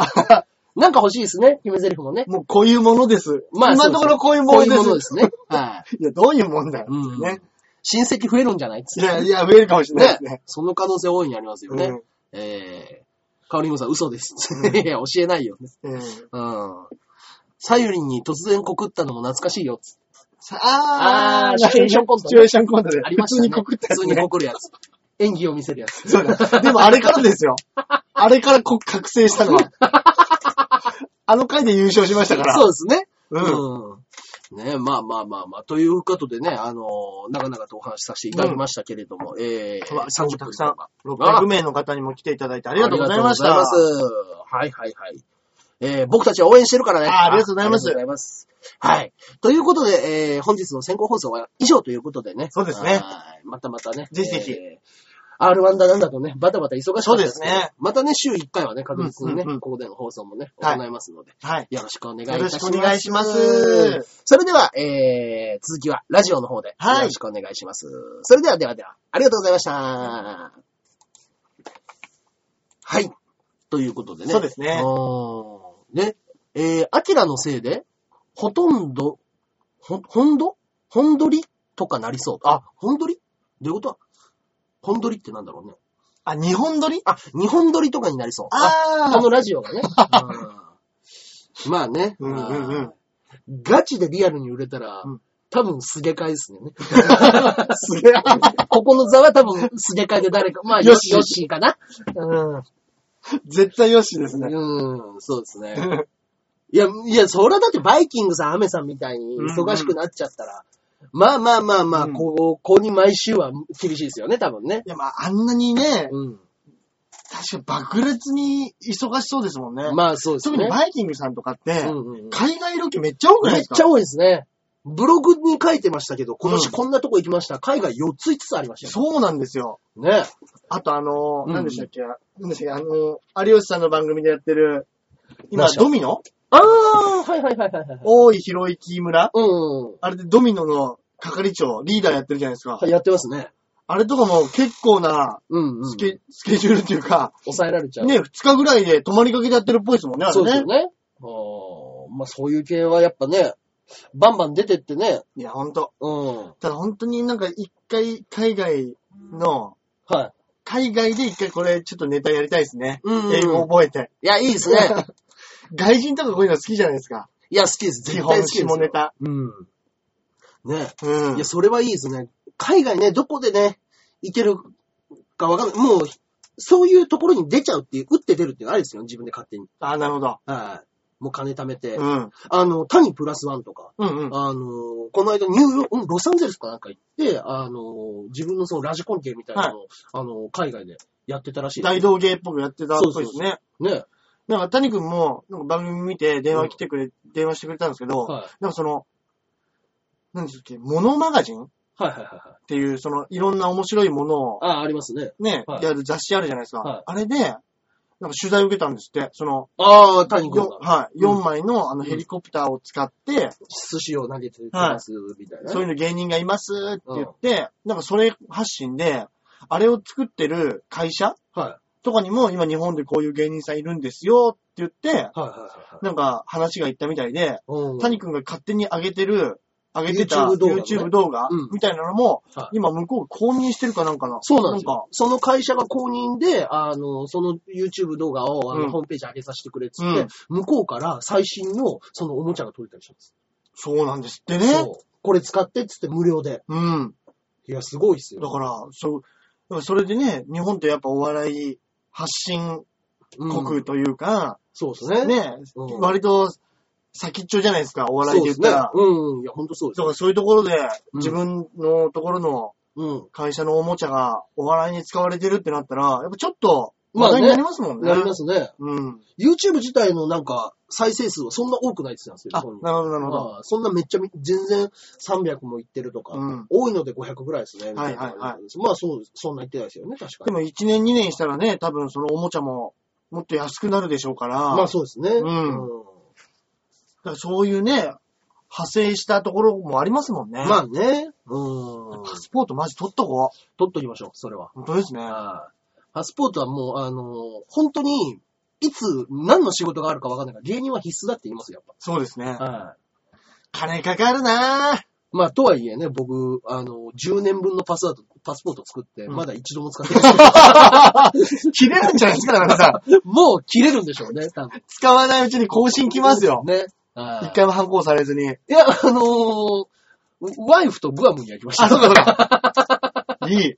なんか欲しいですね、決め台詞もね。もうこういうものです。まあ今のところこういうもこのういでうす。ものですね。はいや、どういうもんだよ。うんね。親戚増えるんじゃないっついってや、いや、増えるかもしれないですね。ね。その可能性大いにありますよね。うんえー、カオリンゴさん嘘です。 いや、教えないよ。うんうん。サユリンに突然告ったのも懐かしいよっつって。さああーシチュエーションコントねシチュエーションコントであ。り普まし通たね。に告ったやつ普通にね。告るやつ。演技を見せるやつ。そうだ。 でもあれからですよ。あれからこ覚醒したのは。 あの回で優勝しましたから。そうですね。うん。うん。ねまあまあまあまあ。ということでね、あのー長々とお話しさせていただきましたけれども、えー、うわ30分たくさんとか600名の方にも来ていただいてありがとうございました。ありがとうございます。はいはいはい。えー僕たちは応援してるからね。あありがとうございますありがとうございます。はい。ということで、えー本日の先行放送は以上ということでね。そうですはねい。またまたね。ぜひぜひえー R1 だなんだとね、バタバタ忙しかったそうでですすけどね。またね、週1回はね、確実にね、うんうんうんここでの放送もね、はい行いますので、はい。よろしくお願いいよたします。ろしくお願いします。。それでは、えー、続きはラジオの方で、はいよろしくお願いします。それでは、ではでは、ありがとうございました。はい。ということでね。そうですねうーんね、えー、アキラのせいで、ほとんど、ほ、ほんどほんどりとかなりそう。あ、ほんどりどういうことはほんどりってなんだろうね。あ、日本撮りあ、日本撮りとかになりそう。あこのラジオが ね。うんまあね、うんうんうんあーガチでリアルに売れたら、うん多分すげ替えですね。あ、 すげえ。 ここの座は多分すげ替えで誰か、まあよよししよしかな。うん。絶対よしですね。うん、そうですね。いや、いや、それはだってバイキングさん、アメさんみたいに忙しくなっちゃったら、まあまあまあまあ、うんここに毎週は厳しいですよね、多分ね。いや、まあ、あんなにね、うん。確か爆裂に忙しそうですもんね。まあそうです特ね。にバイキングさんとかって、うんうんうん海外ロケめっちゃ多くないめでっすかちゃ多いですね。ブログに書いてましたけど、今う年んこんなとこ行きました。海外4つ5つありましたよ。そうなんですよ。ね。あとあうのー、ん何でしたっけ、何でしたっけ、あのー、有吉さんの番組でやってる、今何で、したドミノああ、はいはいはいはいはい。大井広い木村うん。あれでドミノの係長、リーダーやってるじゃないですか。はいやってますね。あれとかも結構なうん、うん。スケ,、スケジュールっていうか、抑えられちゃう。ね、2日ぐらいで泊まりかけでやってるっぽいですもんね、あれそうですよね。ね。あーまあそういう系はやっぱね、バンバン出てってね。いや、ほんと。うん。はただ本当になんか一回海外の、い。海外で一回これちょっとネタやりたいですね。うん英語覚えて。いや、いいです ね。 外人とかこういうの好きじゃないですか。いや、好きです。基絶対本好きです。下ネ。タ。うん。ね。うんいや、。それはいいですね。海外ね、どこでね、行けるかわかんない。もう、そういうところに出ちゃうっていう、打って出るっていうのあれですよ、自分で勝手に。あ、なるほど。はい。もう金貯めて。うん。あの、谷プラスワンとか、うんうん。あの、この間ニューヨーク、うんロサンゼルスかなんか行って、あの、自分のそのラジコン系みたいなのを、あの、海外でやってたらしいです。大道芸っぽくやってたっぽいですね。ね。なんか谷くんも、なんか番組見て電話来てくれ、電話してくれたんですけど、はい。なんかその、何でしたっけ、モノマガジンっはいはいはいはい。ていう、その、いろんな面白いものをああ、ありますね。ね、はいやる雑誌あるじゃないですか。はいあれで、なんか取材を受けたんですって、その、ああ、谷君よがはい、うん4枚のあのヘリコプターを使って、寿司を投げてます、みたいな。そういううの芸人がいますって言って、なんかそれ発信で、あれを作ってる会社はとかにも、今日本でこういう芸人さんいるんですよって言って、い。はいはいはいはい。なんか話がいったみたいで、うん谷くんが勝手に上げてる、上げてた YouTube 動画ね YouTube 動画うんみたいなのも、は今向こう公認してるかなんかな。そうなんですなんよか。その会社が公認で、あの、その YouTube 動画をあの、うんホームページ上げさせてくれっつって、うん向こうから最新のそのおもちゃが取れたりします。そうなんですってそね。うこれ使ってっつって無料で。うん。いや、すごいっすよ。だから、そう、だからそれでね、日本ってやっぱお笑い発信うん国というか、そうですね。ね、うん割と先っちょじゃないですか、おそう笑いでで言っすねたら。。うん。いや、ほんとそうです。だからそういうところで、うん自分のところのうん。会社のおもちゃがお笑いに使われてるってなったら、やっぱちょっとま話あ題になりね、ますもんね。なりますね。うん。 YouTube 自体のなんか、再生数はそんな多くないですよ、日あ、なる本にほど、なるほど。ああそんなめっちゃみ、全然300もいってるとか、うん多いので500ぐらいですね。みたなはいはいはまあそう、そんな言ってないですよね、確かでに。も1年2年したらね、多分そのおもちゃももっと安くなるでしょうから、まあそうですね。んだからそういうね、派生したところもありますもんね。まあね、うん。パスポートマジ取っとこう。取っときましょう、それは。本当ですね。はいパスポートはもう、あの、本当に、いつ、何の仕事があるかわかんないから、芸人は必須だって言いますよ、やっそうですねぱ。。はい。金かかるなぁ。 まあ、とはいえね、僕、あの、10年分のパスワード、パスポート作って、うんまだ一度も使ってない。 切れるんじゃないですか、皆さん。もう切れるんでしょうね、多分。使わないうちに更新来ますよ。ね。はい一回も反抗されずに。いや、あのー、ワイフとグアムには行きました。あ、そうかそうか。 いい。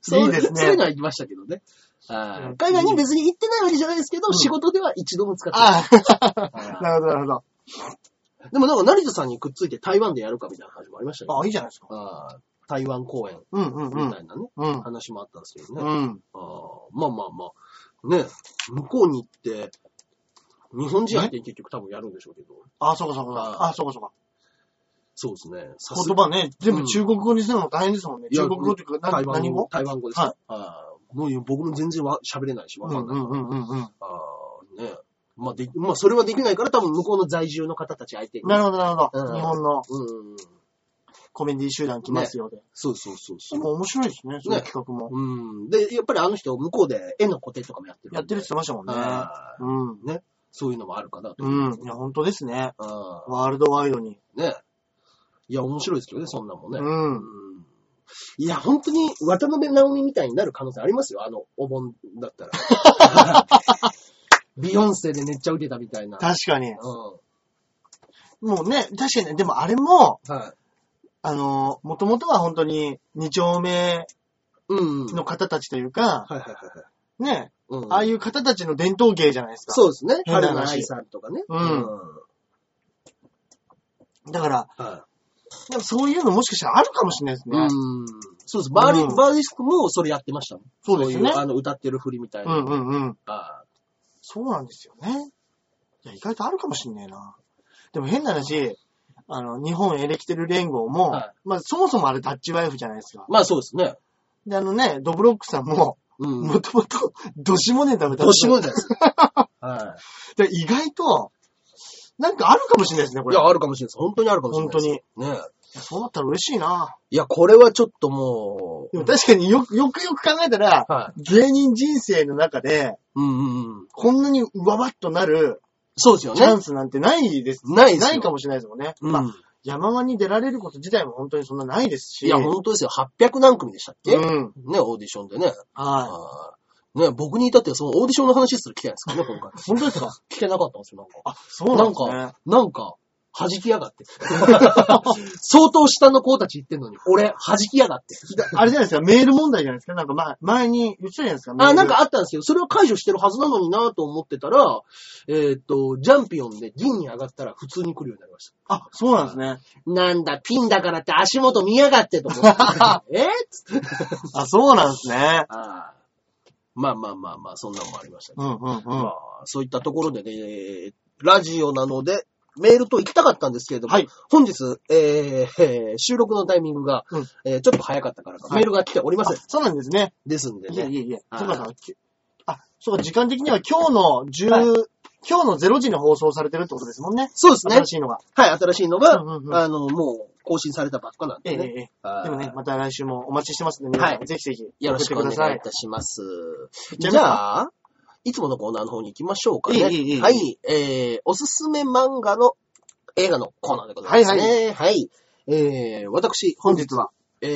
そういいですねそういうのは行きましたけどね。はういん海外に別に行ってないわけじゃないですけど、うん仕事では一度も使ってない。あはなるほど、なるほいでもなんか成田さんにくっついて台湾でやるかみたいな話もありましたけどど。あ、いいじゃないですか。あー台湾公演うん、うん、うみんた。いなね、うん。話もあったんですけどね。うん。あーまあまあまあ、ね、向こうに行って、日本人相手に結局多分やるんでしょうけど、あ、そうかそうか。ああ、そうかそうか。そうですね。さす言葉ね、全部中国語にするの大変ですもんね。いや中国語っていうか、な台湾何語語台湾語ですはよ。あーもう僕も全然わ喋れないし、うわん、うかん、んうない。ん、うんうん。ああ、ね。まあ、で、まあ、それはできないから多分向こうの在住の方たち相手に。なるほど、なるほうんど。日本のうん。コメディ集団来ますよで。そうそうそうでそう。も面白いですね、その企画も。うん。で、やっぱりあの人、向こうで絵の固定とかもやってるんで。やってるって言ってましたもんね。ああうん。そういうのもあるかなと。うん。いや、本当ですね。ああワールドワイドに。ね。いや、面白いですけどね、そんなんもね。う。うんんいや、本当に渡辺直美みたいになる可能性ありますよ、あの、お盆だったら。 ビヨンセでめっちゃ受けたみたいな。確かに。うもうね、確かにね、でもあれも、ん。はい。あの、もともとは本当に二丁目うん。はいの方たちというか、はいはいはい。ね、うんああいう方たちの伝統芸じゃないですか。そうですね。変な春話菜愛さんとかね。うんはだから、いでもそういうのもしかしたらあるかもしれないですね。うん。そうです。バーリうんバーディスクもそれやってましたもん。そうですよねいあの、歌ってる振りみたいうな。んうんうん。あそうなんですよね。いや、意外とあるかもしれないな。でも変な話、あの、日本エレキテル連合も、はまあそもそもあれダッチワイフじゃないですか。まあそうですね。で、あのね、ドブロックさんも、うん。もともと、 どしもネタ歌どうしよもうじゃないですか。 はで意外と、なんかあるかもしれないですね、こい。いれ。や、あるかもしれないです。本当にあるかもしれ本ないで当す。に。当に。ねそうだったら嬉しいな。いや、これはちょっともうでも、確かによく、よくよく考えたら、はい。芸人人生の中で、うんうんうん。こんなにうわわっとなるそうですよチャねン。スなんてないです。ないですよないかもしれないですもんね。うまんあ、。山間に出られること自体も本当にそんなないですし。いや、本当ですよ。800何組でしたっけね、うん。オーディションでね。はあーね、僕に至ってはそのオーディションの話する機会ですからね、今回。い。本当ですか聞けなかったんですよ、なんか。あ、そうなんですね。なんか、弾きやがって。 相当下の子たち言ってんのに、俺、弾きやがって。あれじゃないですか、メール問題じゃないですか。なんか前、前に言ってたじゃないですか。メーあ、ルなんかあったんですよ。それを解除してるはずなのになぁと思ってたら、えーっ、と、ジャンピオンで銀に上がったら普通に来るようになりました。あ、そうなんですね。なんだ、ピンだからって足元見やがってと思 って。えーっつって。あ、そうなんですね。あーまあまあまあまあ、そんなのもありましたね。うんうんうんま。あ、そういったところでね、ラジオなので、メールと行きたかったんですけれども、はい本日、えー えー収録のタイミングが、うんえーちょっと早かったからか、はいメールが来ておりまあせん。そうなんですね。ですんでいやいね。やいや、はいそうかそうか。きあ、そうか、時間的には今日の10、はい今日の0時に放送されてるってことですもんね。そうですね新。しいのが。はい、新しいのが、うんうんうんあの、もう更新されたばっかなんええ、でえね。えええ。あーでもね、また来週もお待ちしてますんで、皆さん、はぜひぜひ、よろしくお送ってださ願いいい。たします。じゃあじゃあ、いつものコーナーの方に行きましょうかね。いいいいいいはい、えー、おすすめ漫画の映画のコーナーでございますね。はい、はい。えー、私、本本日日は。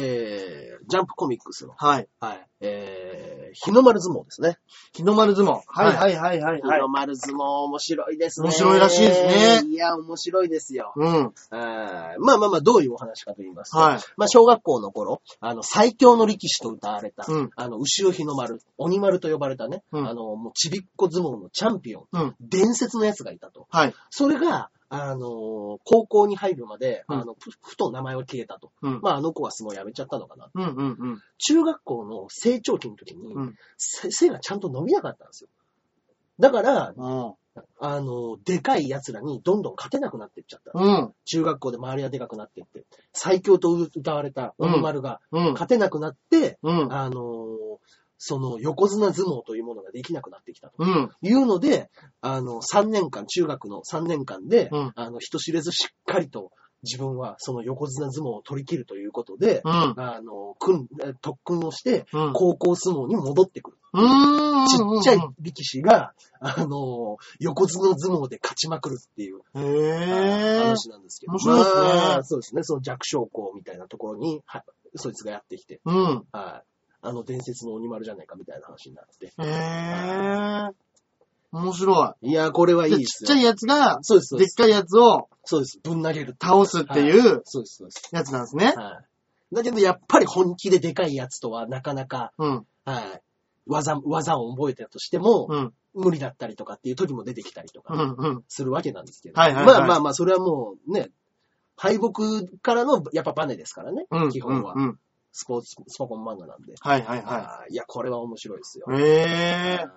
えー、ジャンプコミックスの、はい。はい、えー、日の丸相撲ですね。日の丸相撲。はいいはいはい日の丸相撲面白いですね。面白いらしいですねいや、面白いですよ。うん。あーまあまあまあ、どういうお話かと言いますと、はい。まあ、小学校の頃、あの、最強の力士と歌われた、うんあの、牛尾日の丸、鬼丸と呼ばれたね、うんあの、もうちびっこ相撲のチャンピオン、うん。伝説のやつがいたと。はい。それが、あの、高校に入るまで、うんあの、ふふと名前を消えたと。うん。まあ、あの子は相撲やめちゃったのかな。うんうんうん。中学校の成長期の時に、うんせ背がちゃんと伸びなかったんですよ。だから、うん。あの、でかい奴らにどんどん勝てなくなっていっちゃった。うん。中学校で周りがでかくなっていって、最強と歌われた鬼丸がうん。勝てなくなって、うん。あの、その横綱相撲というものができなくなってきたとうん。いうので、あの、3年間、中学の3年間で、うんあの、人知れずしっかりと自分はその横綱相撲を取り切るということで、うん。あの、訓え特訓をして、うん。高校相撲に戻ってくる。うん。ちっちゃい力士が、あの、横綱相撲で勝ちまくるっていうへぇー。話なんですけど。面白いですねまあそうですね。その弱小校みたいなところに、はそいつがやってきて、うん。はいあの伝説の鬼丸じゃないかみたいな話になって。へぇー。面白。いやー、これはいいいででちっすちゃよ。いやつが、そうです、そうででっす。かいやつをそうです。ぶん投げる。倒すっていうそうです、そうです。やつなんですね。はい。だけど、やっぱり本気ででかいやつとはなかなか、うん。はい。技、技を覚えたとしても、うん。無理だったりとかっていう時も出てきたりとうかん。うん。するわけなんですけど。はいはいはいまあまあまあ、それはもうね、敗北からの、やっぱバネですからね。うん。基本はうん。うんスポーツ、スポコン漫画なんで。はいはいはあーいや、これは面白いですよ。い。へあぇーー。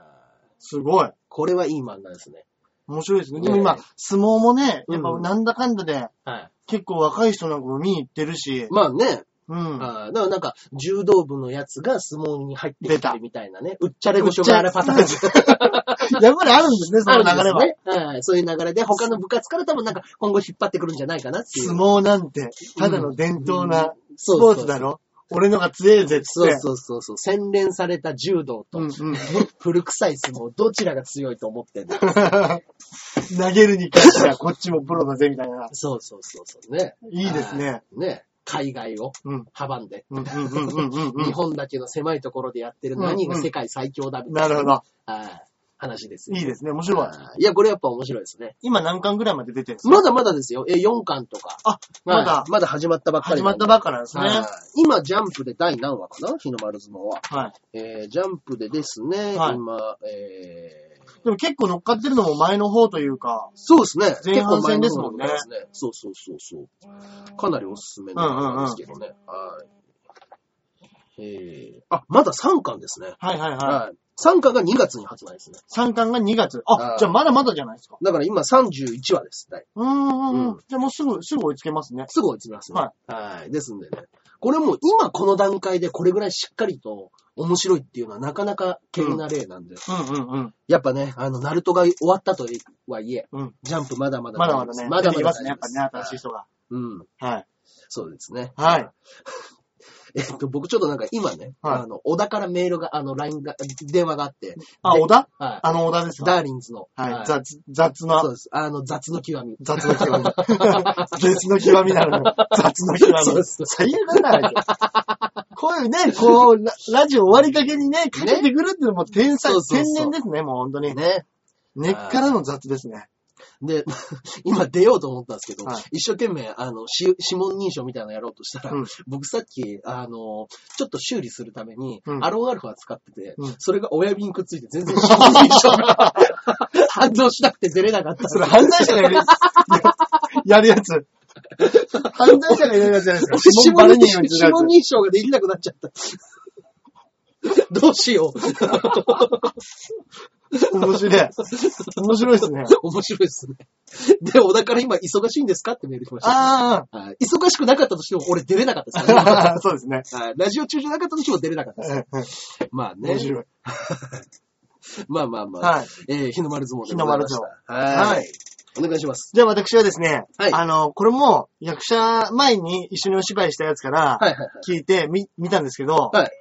すごい。これはいい漫画ですね。面白いですね。ねでも今、相撲もね、うんやっぱなんだかんだで、はい。結構若い人なんかも見に行ってるし、まあね、うん。あーだからなんか、柔道部のやつが相撲に入ってき出たたりみたいなね、うっちゃれごしょがあれパターンやっぱりあるんですね、そのあ流れるんは。ですね。はい。そういう流れで、他の部活から多分なんか、今後引っ張ってくるんじゃないかなっていう。相撲なんて、ただの伝統なスポーツだろ俺のが強えぜっそつっうて。そうそうそう。洗練された柔道と、うんうん。古臭い相撲、どちらが強いと思ってん だ投げるに関してはこっちもプロだぜ、みたいな。そうそうそうそう。ね。いいですね。あー。ね。海外をうん。阻んで、うんうんうんうんうん日本だけの狭いところでやってる何が世界最強だうみん。たないなるほど。はい話ですよ。いいですね、面白い。はいいや、これやっぱ面白いですね。今何巻ぐらいまで出てるんですかまだまだですよ。え、4巻とか。あ、はまいだまだ始まったばっかり始まなんっで。たばっかなんですね。はい今、ジャンプで第何話かな日の丸相撲は。はい。えー、ジャンプでですね、はい今、えー、でも結構乗っかってるのも前の方というか、そうですね。前半戦ですもんね結構前の方ですねそうそうそうそう。かなりおすすめなんですけどね。はい。えー、あ、まだ3巻ですね。はいはいははい。3巻が2月に発売ですね。い。3巻が2月。はあい、じゃあまだまだじゃないですか。だから今31話です。はいうんうんううんん。じゃあもうすぐ、すぐ追いつけますね。すぐ追い詰めますね。ははい。ですんでね。これもう今この段階でこれぐらいしっかりと面白いっていうのはなかなか稀な例なんで、うんうんうん。やっぱね、あの、ナルトが終わったとはいえ、うんジャンプまだまだまだまでだすね。まだまだ出てきますね、やっぱでりすね、新しい人が。うん。はい。そうですね。はい。えっ と、僕ちょっとなんか今ね、はいあの、小田からメールが、あの、LINE が、電話があって、あ、で小田はあの小田ですい。かダーリンズの、はい。雑、雑なそう、です。あの、雑の極み。雑の極み。 雑の極みなのよ。雑の極 そうみ。そう最悪 だな、あいつこういうね、こう、ララジオ終わりかけにね、かけてくるっていうのも天才、そうそうそう天然ですね、もう本当に。ね。根っからの雑ですね。で、 今出ようと思ったんですけど、はい一生懸命、あの、し指紋認証みたいなのやろうとしたら、うん僕さっき、あの、ちょっと修理するために、うんアロンアルファ使ってて、うんそれが親指にくっついて全然指紋認証が反応しなくて出れなかったんでそれ犯罪者がやるやつ やるやつ。犯罪者がやるやつじゃない ですか。指紋指紋バレ認ねえようにする指や紋認証ができなくなっちゃった。どうしよ う。つ。面白い。面白いです ね。面白いですね。で、小田から今忙しいんですかってメール来ました。あはい忙しくなかったとしても俺出れなかったですからねあ、そうですね。はいラジオ中じゃなかったとしても出れなかったです。うんうんまあね面。白い。まあまあまあ。はい。えー日の丸相撲でございました。丸相撲は。はいお願いします。じゃあ私はですね、はいあの、これも役者前に一緒にお芝居したやつからはいはいはい。聞いてみ、見たんですけど、はい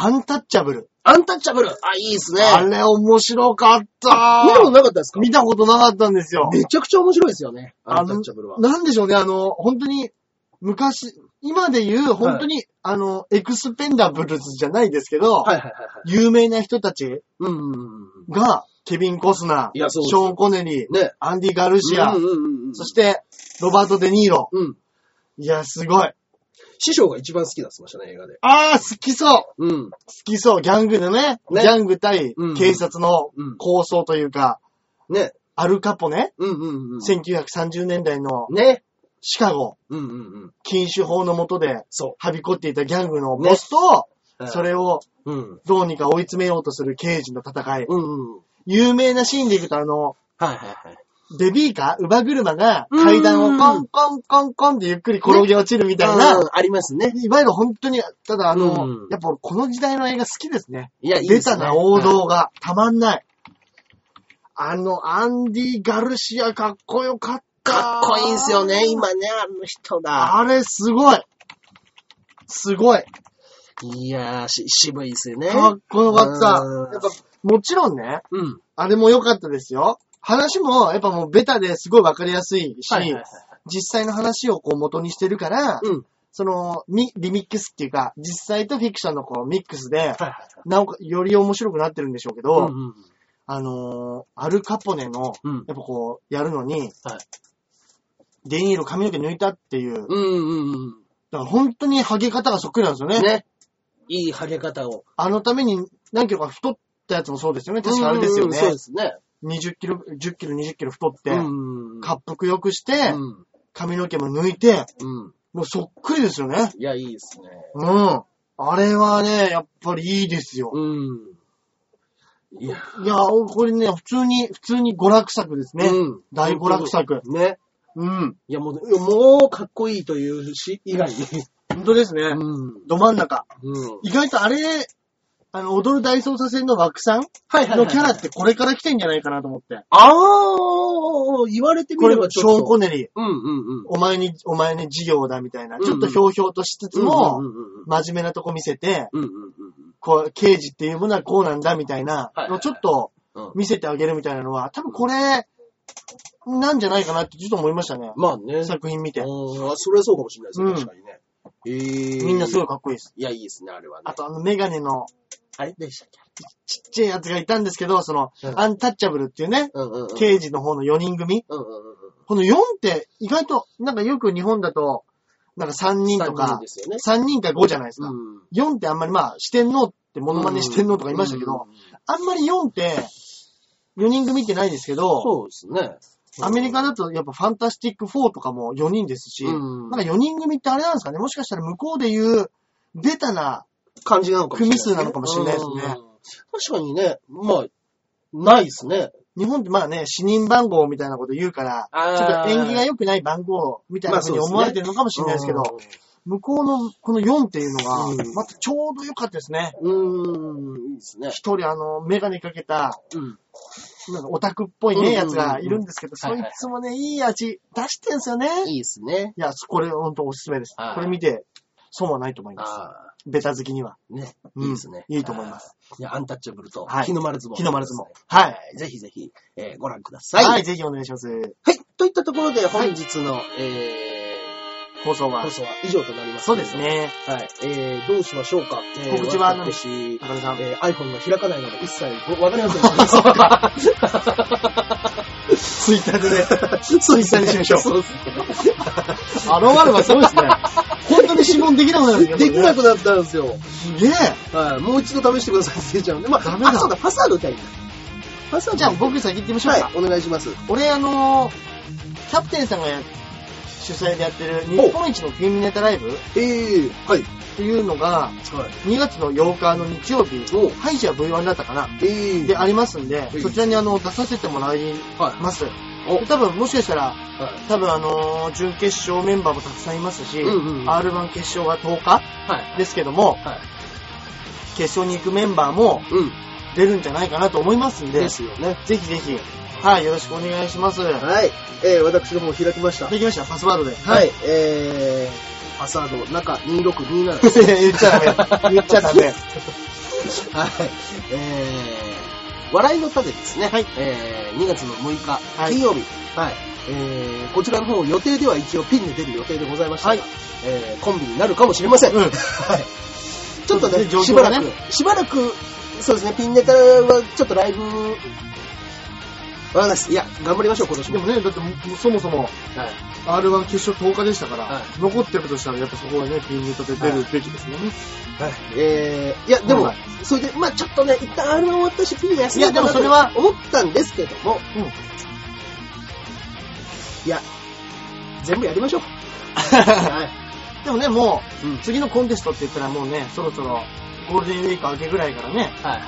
アンタッチャブル。アンタッチャブルあ、いいですね。あれ面白かっ見たことたなかったですか見たことなかったんですよ。めちゃくちゃ面白いですよね。アあンのタッチャブルは。なんでしょうね、あの、本当に、昔、今で言う、本当に、あの、エクスペンダブルズじゃないですけど、はいはいはいはい。有名な人たちうんうんうんうん。が、ケビン・コスナいやー、そうでシすよョーン・コネリー、ね。アンディ・ガルシア、うんうんうんうん、そして、ロバート・デ・ニーロ。うん。いや、すごい。師匠が一番好きだって言ってましたね、映画で。あー、好きそううん。好きそう、ギャングでね、ねギャング対うん警察のうん構想というか、ね。アルカポね、うんうんうん。 1930年代のね。シカゴ、うんうんうん。禁酒法の下で、そはびこっていたギャングのボスと、う。そ。れをうん。どうにか追い詰めようとする刑事の戦い。うんうん。有名なシーンでいくと、あの、はいはいはい。ベビーカー、馬車が階段をコンコンコンコンってゆっくり転げ落ちるみたいうんうな、んありますね。いわゆる本当に、ただあの、うんやっぱ俺この時代の映画好きですね。いや、いいベですねタな王道が、たまんない。あの、アンディ・ガルシアかっこよかった。かっこいいんすよね、今ね、あの人が。あれすごい。すごい。いやー、し渋いですよね。かっこよかった。うんやっぱ、もちろんね、うん。あれも良かったですよ。話も、やっぱもうベタですごいわかりやすいし、はいはいはい実際の話をこう元にしてるから、うん。その、ミリミックスっていうか、実際とフィクションのこうミックスで、はいはいなおか、より面白くなってるんでしょうけど、はい。うんあのーアルカポネの、うん。やっぱこう、やるのに、はいデニーロ髪の毛抜いたっていう、だかうんうんうんら本当にハゲ方がそっくりなんですようね。ん。ね。いいハゲ方を。あのために何キロか太ったやつもそうですよね。確かあれですようんうんね。そうですね。 20キロ、10キロ、20キロ太って、うん。滑腹良くして、うん。髪の毛も抜いて、うん。もうそっくりですよね。いや、いいですね。うん。あれはね、やっぱりいいですよ。うん。いや、いや、これね、普通に、普通に娯楽作ですね。うん大娯楽作。ね。うん。いや、もう、もう、かっこいいというし、以 外に。本当ですね。うん。ど真ん中。うん。意外とあれ、あの、踊る大捜査線の枠さんはいのキャラってこれから来てんじゃないかなと思って。ああ、言われてみこれれもばシちョょっと。ーン・コネリー。うんうんうん。お前に、お前に授業だみたいうな。んちょっとひょうひょうとしつつも、うんうんうんうん真面目なとこ見せて、うんうんうんうん。こう、刑事っていうものはこうなんだみたいなはいはいのはをいちょっとうん見せてあげるみたいなのは、多分これ、なんじゃないかなってちょっと思いましたね。まあね。作品見て。うんあそれはそうかもしれないですね、確かにね。ええ。みんなすごい。いかっこいいです。いや、いいですね、あれはね。あとあのメガネのあれでしたっけちっちゃいやつがいたんですけど、その、うんアンタッチャブルっていうね、うんうんうん。刑事の方の4人組。うんうんうんうん。この4って意外と、なんかよく日本だと、なんか3人と三か人で、すよね。 3人か5じゃないですか。ん。 4ってあんまりまあ、四天王ってモノマネ四天王とかいましたけど、うん。あんまり4って、4人組ってないですけど、そうですね。アメリカだとやっぱファンタスティック4とかも4人ですし、うんなんか4人組ってあれなんですかね、もしかしたら向こうで言う、ベタな、感じなのかもしれない、組数なのかもしれないですねうん。確かにね、まあ、ないですね。日本ってまあね、死人番号みたいなこと言うから、あーちょっと縁起が良くない番号みたいな風にまあそうですね思われてるのかもしれないですけど、向こうのこの4っていうのがう、んまたちょうど良かったですね。うん。うん、いいですね。一人あの、メガネかけた、うん。なんかオタクっぽいうんうんうんね、やつがいるんですけど、そはいいはいつもね、いい味出してんすよね。いいいですね。や、これほんとおすすめですは。いこれ見て、損はないと思います。ああ、ベタ好きには。ね。うんいいですね。いいと思いますあー。いや、アンタッチャブルとはい、日の丸相撲。日の丸相撲はいはぜひぜひ、えーご覧ください。は、はいい。ぜひお願いします。といったところで、本日の、え放送ー、は放。送は以上となります。そうです。ね。はい。えー、どうしましょうか。えー告知は何私、中田さん。えー iPhone が開かないので一切ごわかり ません。そツイッターでね、ううですねそうですね。アロマルがすごいですね。 本当に指紋できなくなるん ですでよきなくなったんですよ。すげえ。はい。もう一度試してください、せいちゃん。で、まダあ、メだあ、そうだ、パスワード歌いたい。パスワードじゃあ僕先行ってみましょうか。はい、お願いします。俺あのー、キャプテンさんがや主催でやってる日本一のゲームネタライブっええはい。ていうのが、はい。 2月の8日の日曜日、おハイジは V1 だったかなええでありますんでう、んそちらにあの、出させてもらいはい。ます。おで多分、もしかしたら、はい。多分あのー準決勝メンバーもたくさんいますし、うんうんうん R1 決勝は10日はい。ですけども、はい。決勝に行くメンバーもうん。出るんじゃないかなと思いますんで、ですよね。ぜひぜひ、はい、よろしくお願いします。ではい。えー、私ども開きました。きました、パスワードで。は。い。えー、パスワード、中2627です。 言っちゃ ダメ。言っちゃダメ。はい。えー、笑いの種ですね。はい。えー、2月の6日、い金曜日。はい。えー、こちらの方、予定では一応ピンで出る予定でございましたが、はいえー、コンビになるかもしれません。うんはい。ちょっとね、そうですねしばら状況く、がねしばらく、そうですね、ピンネタはちょっとライブ、わかんないです。いや、頑張りましょう、今年でも。もね、だってもうそもそもはい。 R1 決勝10日でしたから、は残ってるとしたらやっぱそこはね、ピンネタで出るべきですもんね。えー、いや、でも、はいそれで、まあちょっとね、一旦 R1 終わったし、ピン休んだいやでもそれは思ったんですけども、うんいや、全部やりましょう。 はい。 でもね、もうんう、次のコンテストって言ったらもうね、そろそろ、ゴールデンウィーク明けぐらいからね、はいはい。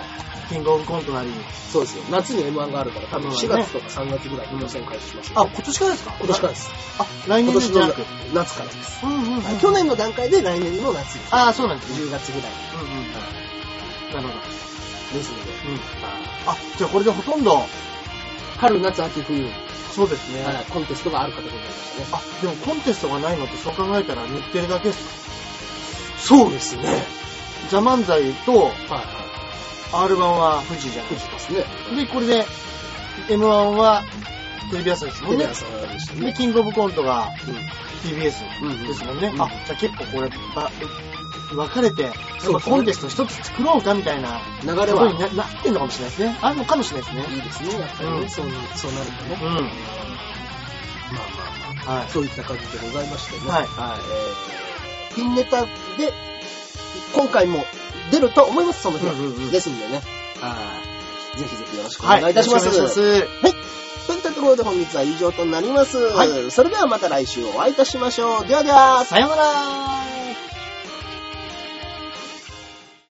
キングオブコントなり、そうですよ。夏に M1 があるから、多分4そうだね月とか3月ぐらいに予選開始します、あ、今年からですか今年からです。あ、来今年年じゃのなく。夏からです。うんうんうん。去年の段階で来年の夏に、ああ、そうなんですね。 10月ぐらいうんうん。なるほど。ですので、うん。あ、じゃあこれでほとんど、春、夏、秋、冬、そうですね。はいコンテストがあるかと思いましたね。あ、でもコンテストがないのってそう考えたら日テレだけっす。そうですね。ザ・漫才とはいは R1 は富士じゃないい。ですか。ですね。で、これで M1 はテレビ朝日ですもテんレね。朝でしたで、ね。キングオブコントがうん TBS ですもんね。うんうんあ、じゃあ結構これ、ば分かれて、やっそうぱコンテスト一つ作ろうかみたいな流れことはにななってんのかもしれないですね。あるのかもしれないいですね。いですね、やっぱりね、うんそうなそうなるとね。うまん。あまあまはあ、そういった感じでございましてね。はいはい。えー、ピンネタで、今回も出ると思います、その日は。うんうんうんですんでね。はい。ぜひぜひよろしくおい。願いいたします。よろくお願いします。といったところで本日は以上となります。はいそれではまた来週お会いいたしましょう。ではでは、さようなら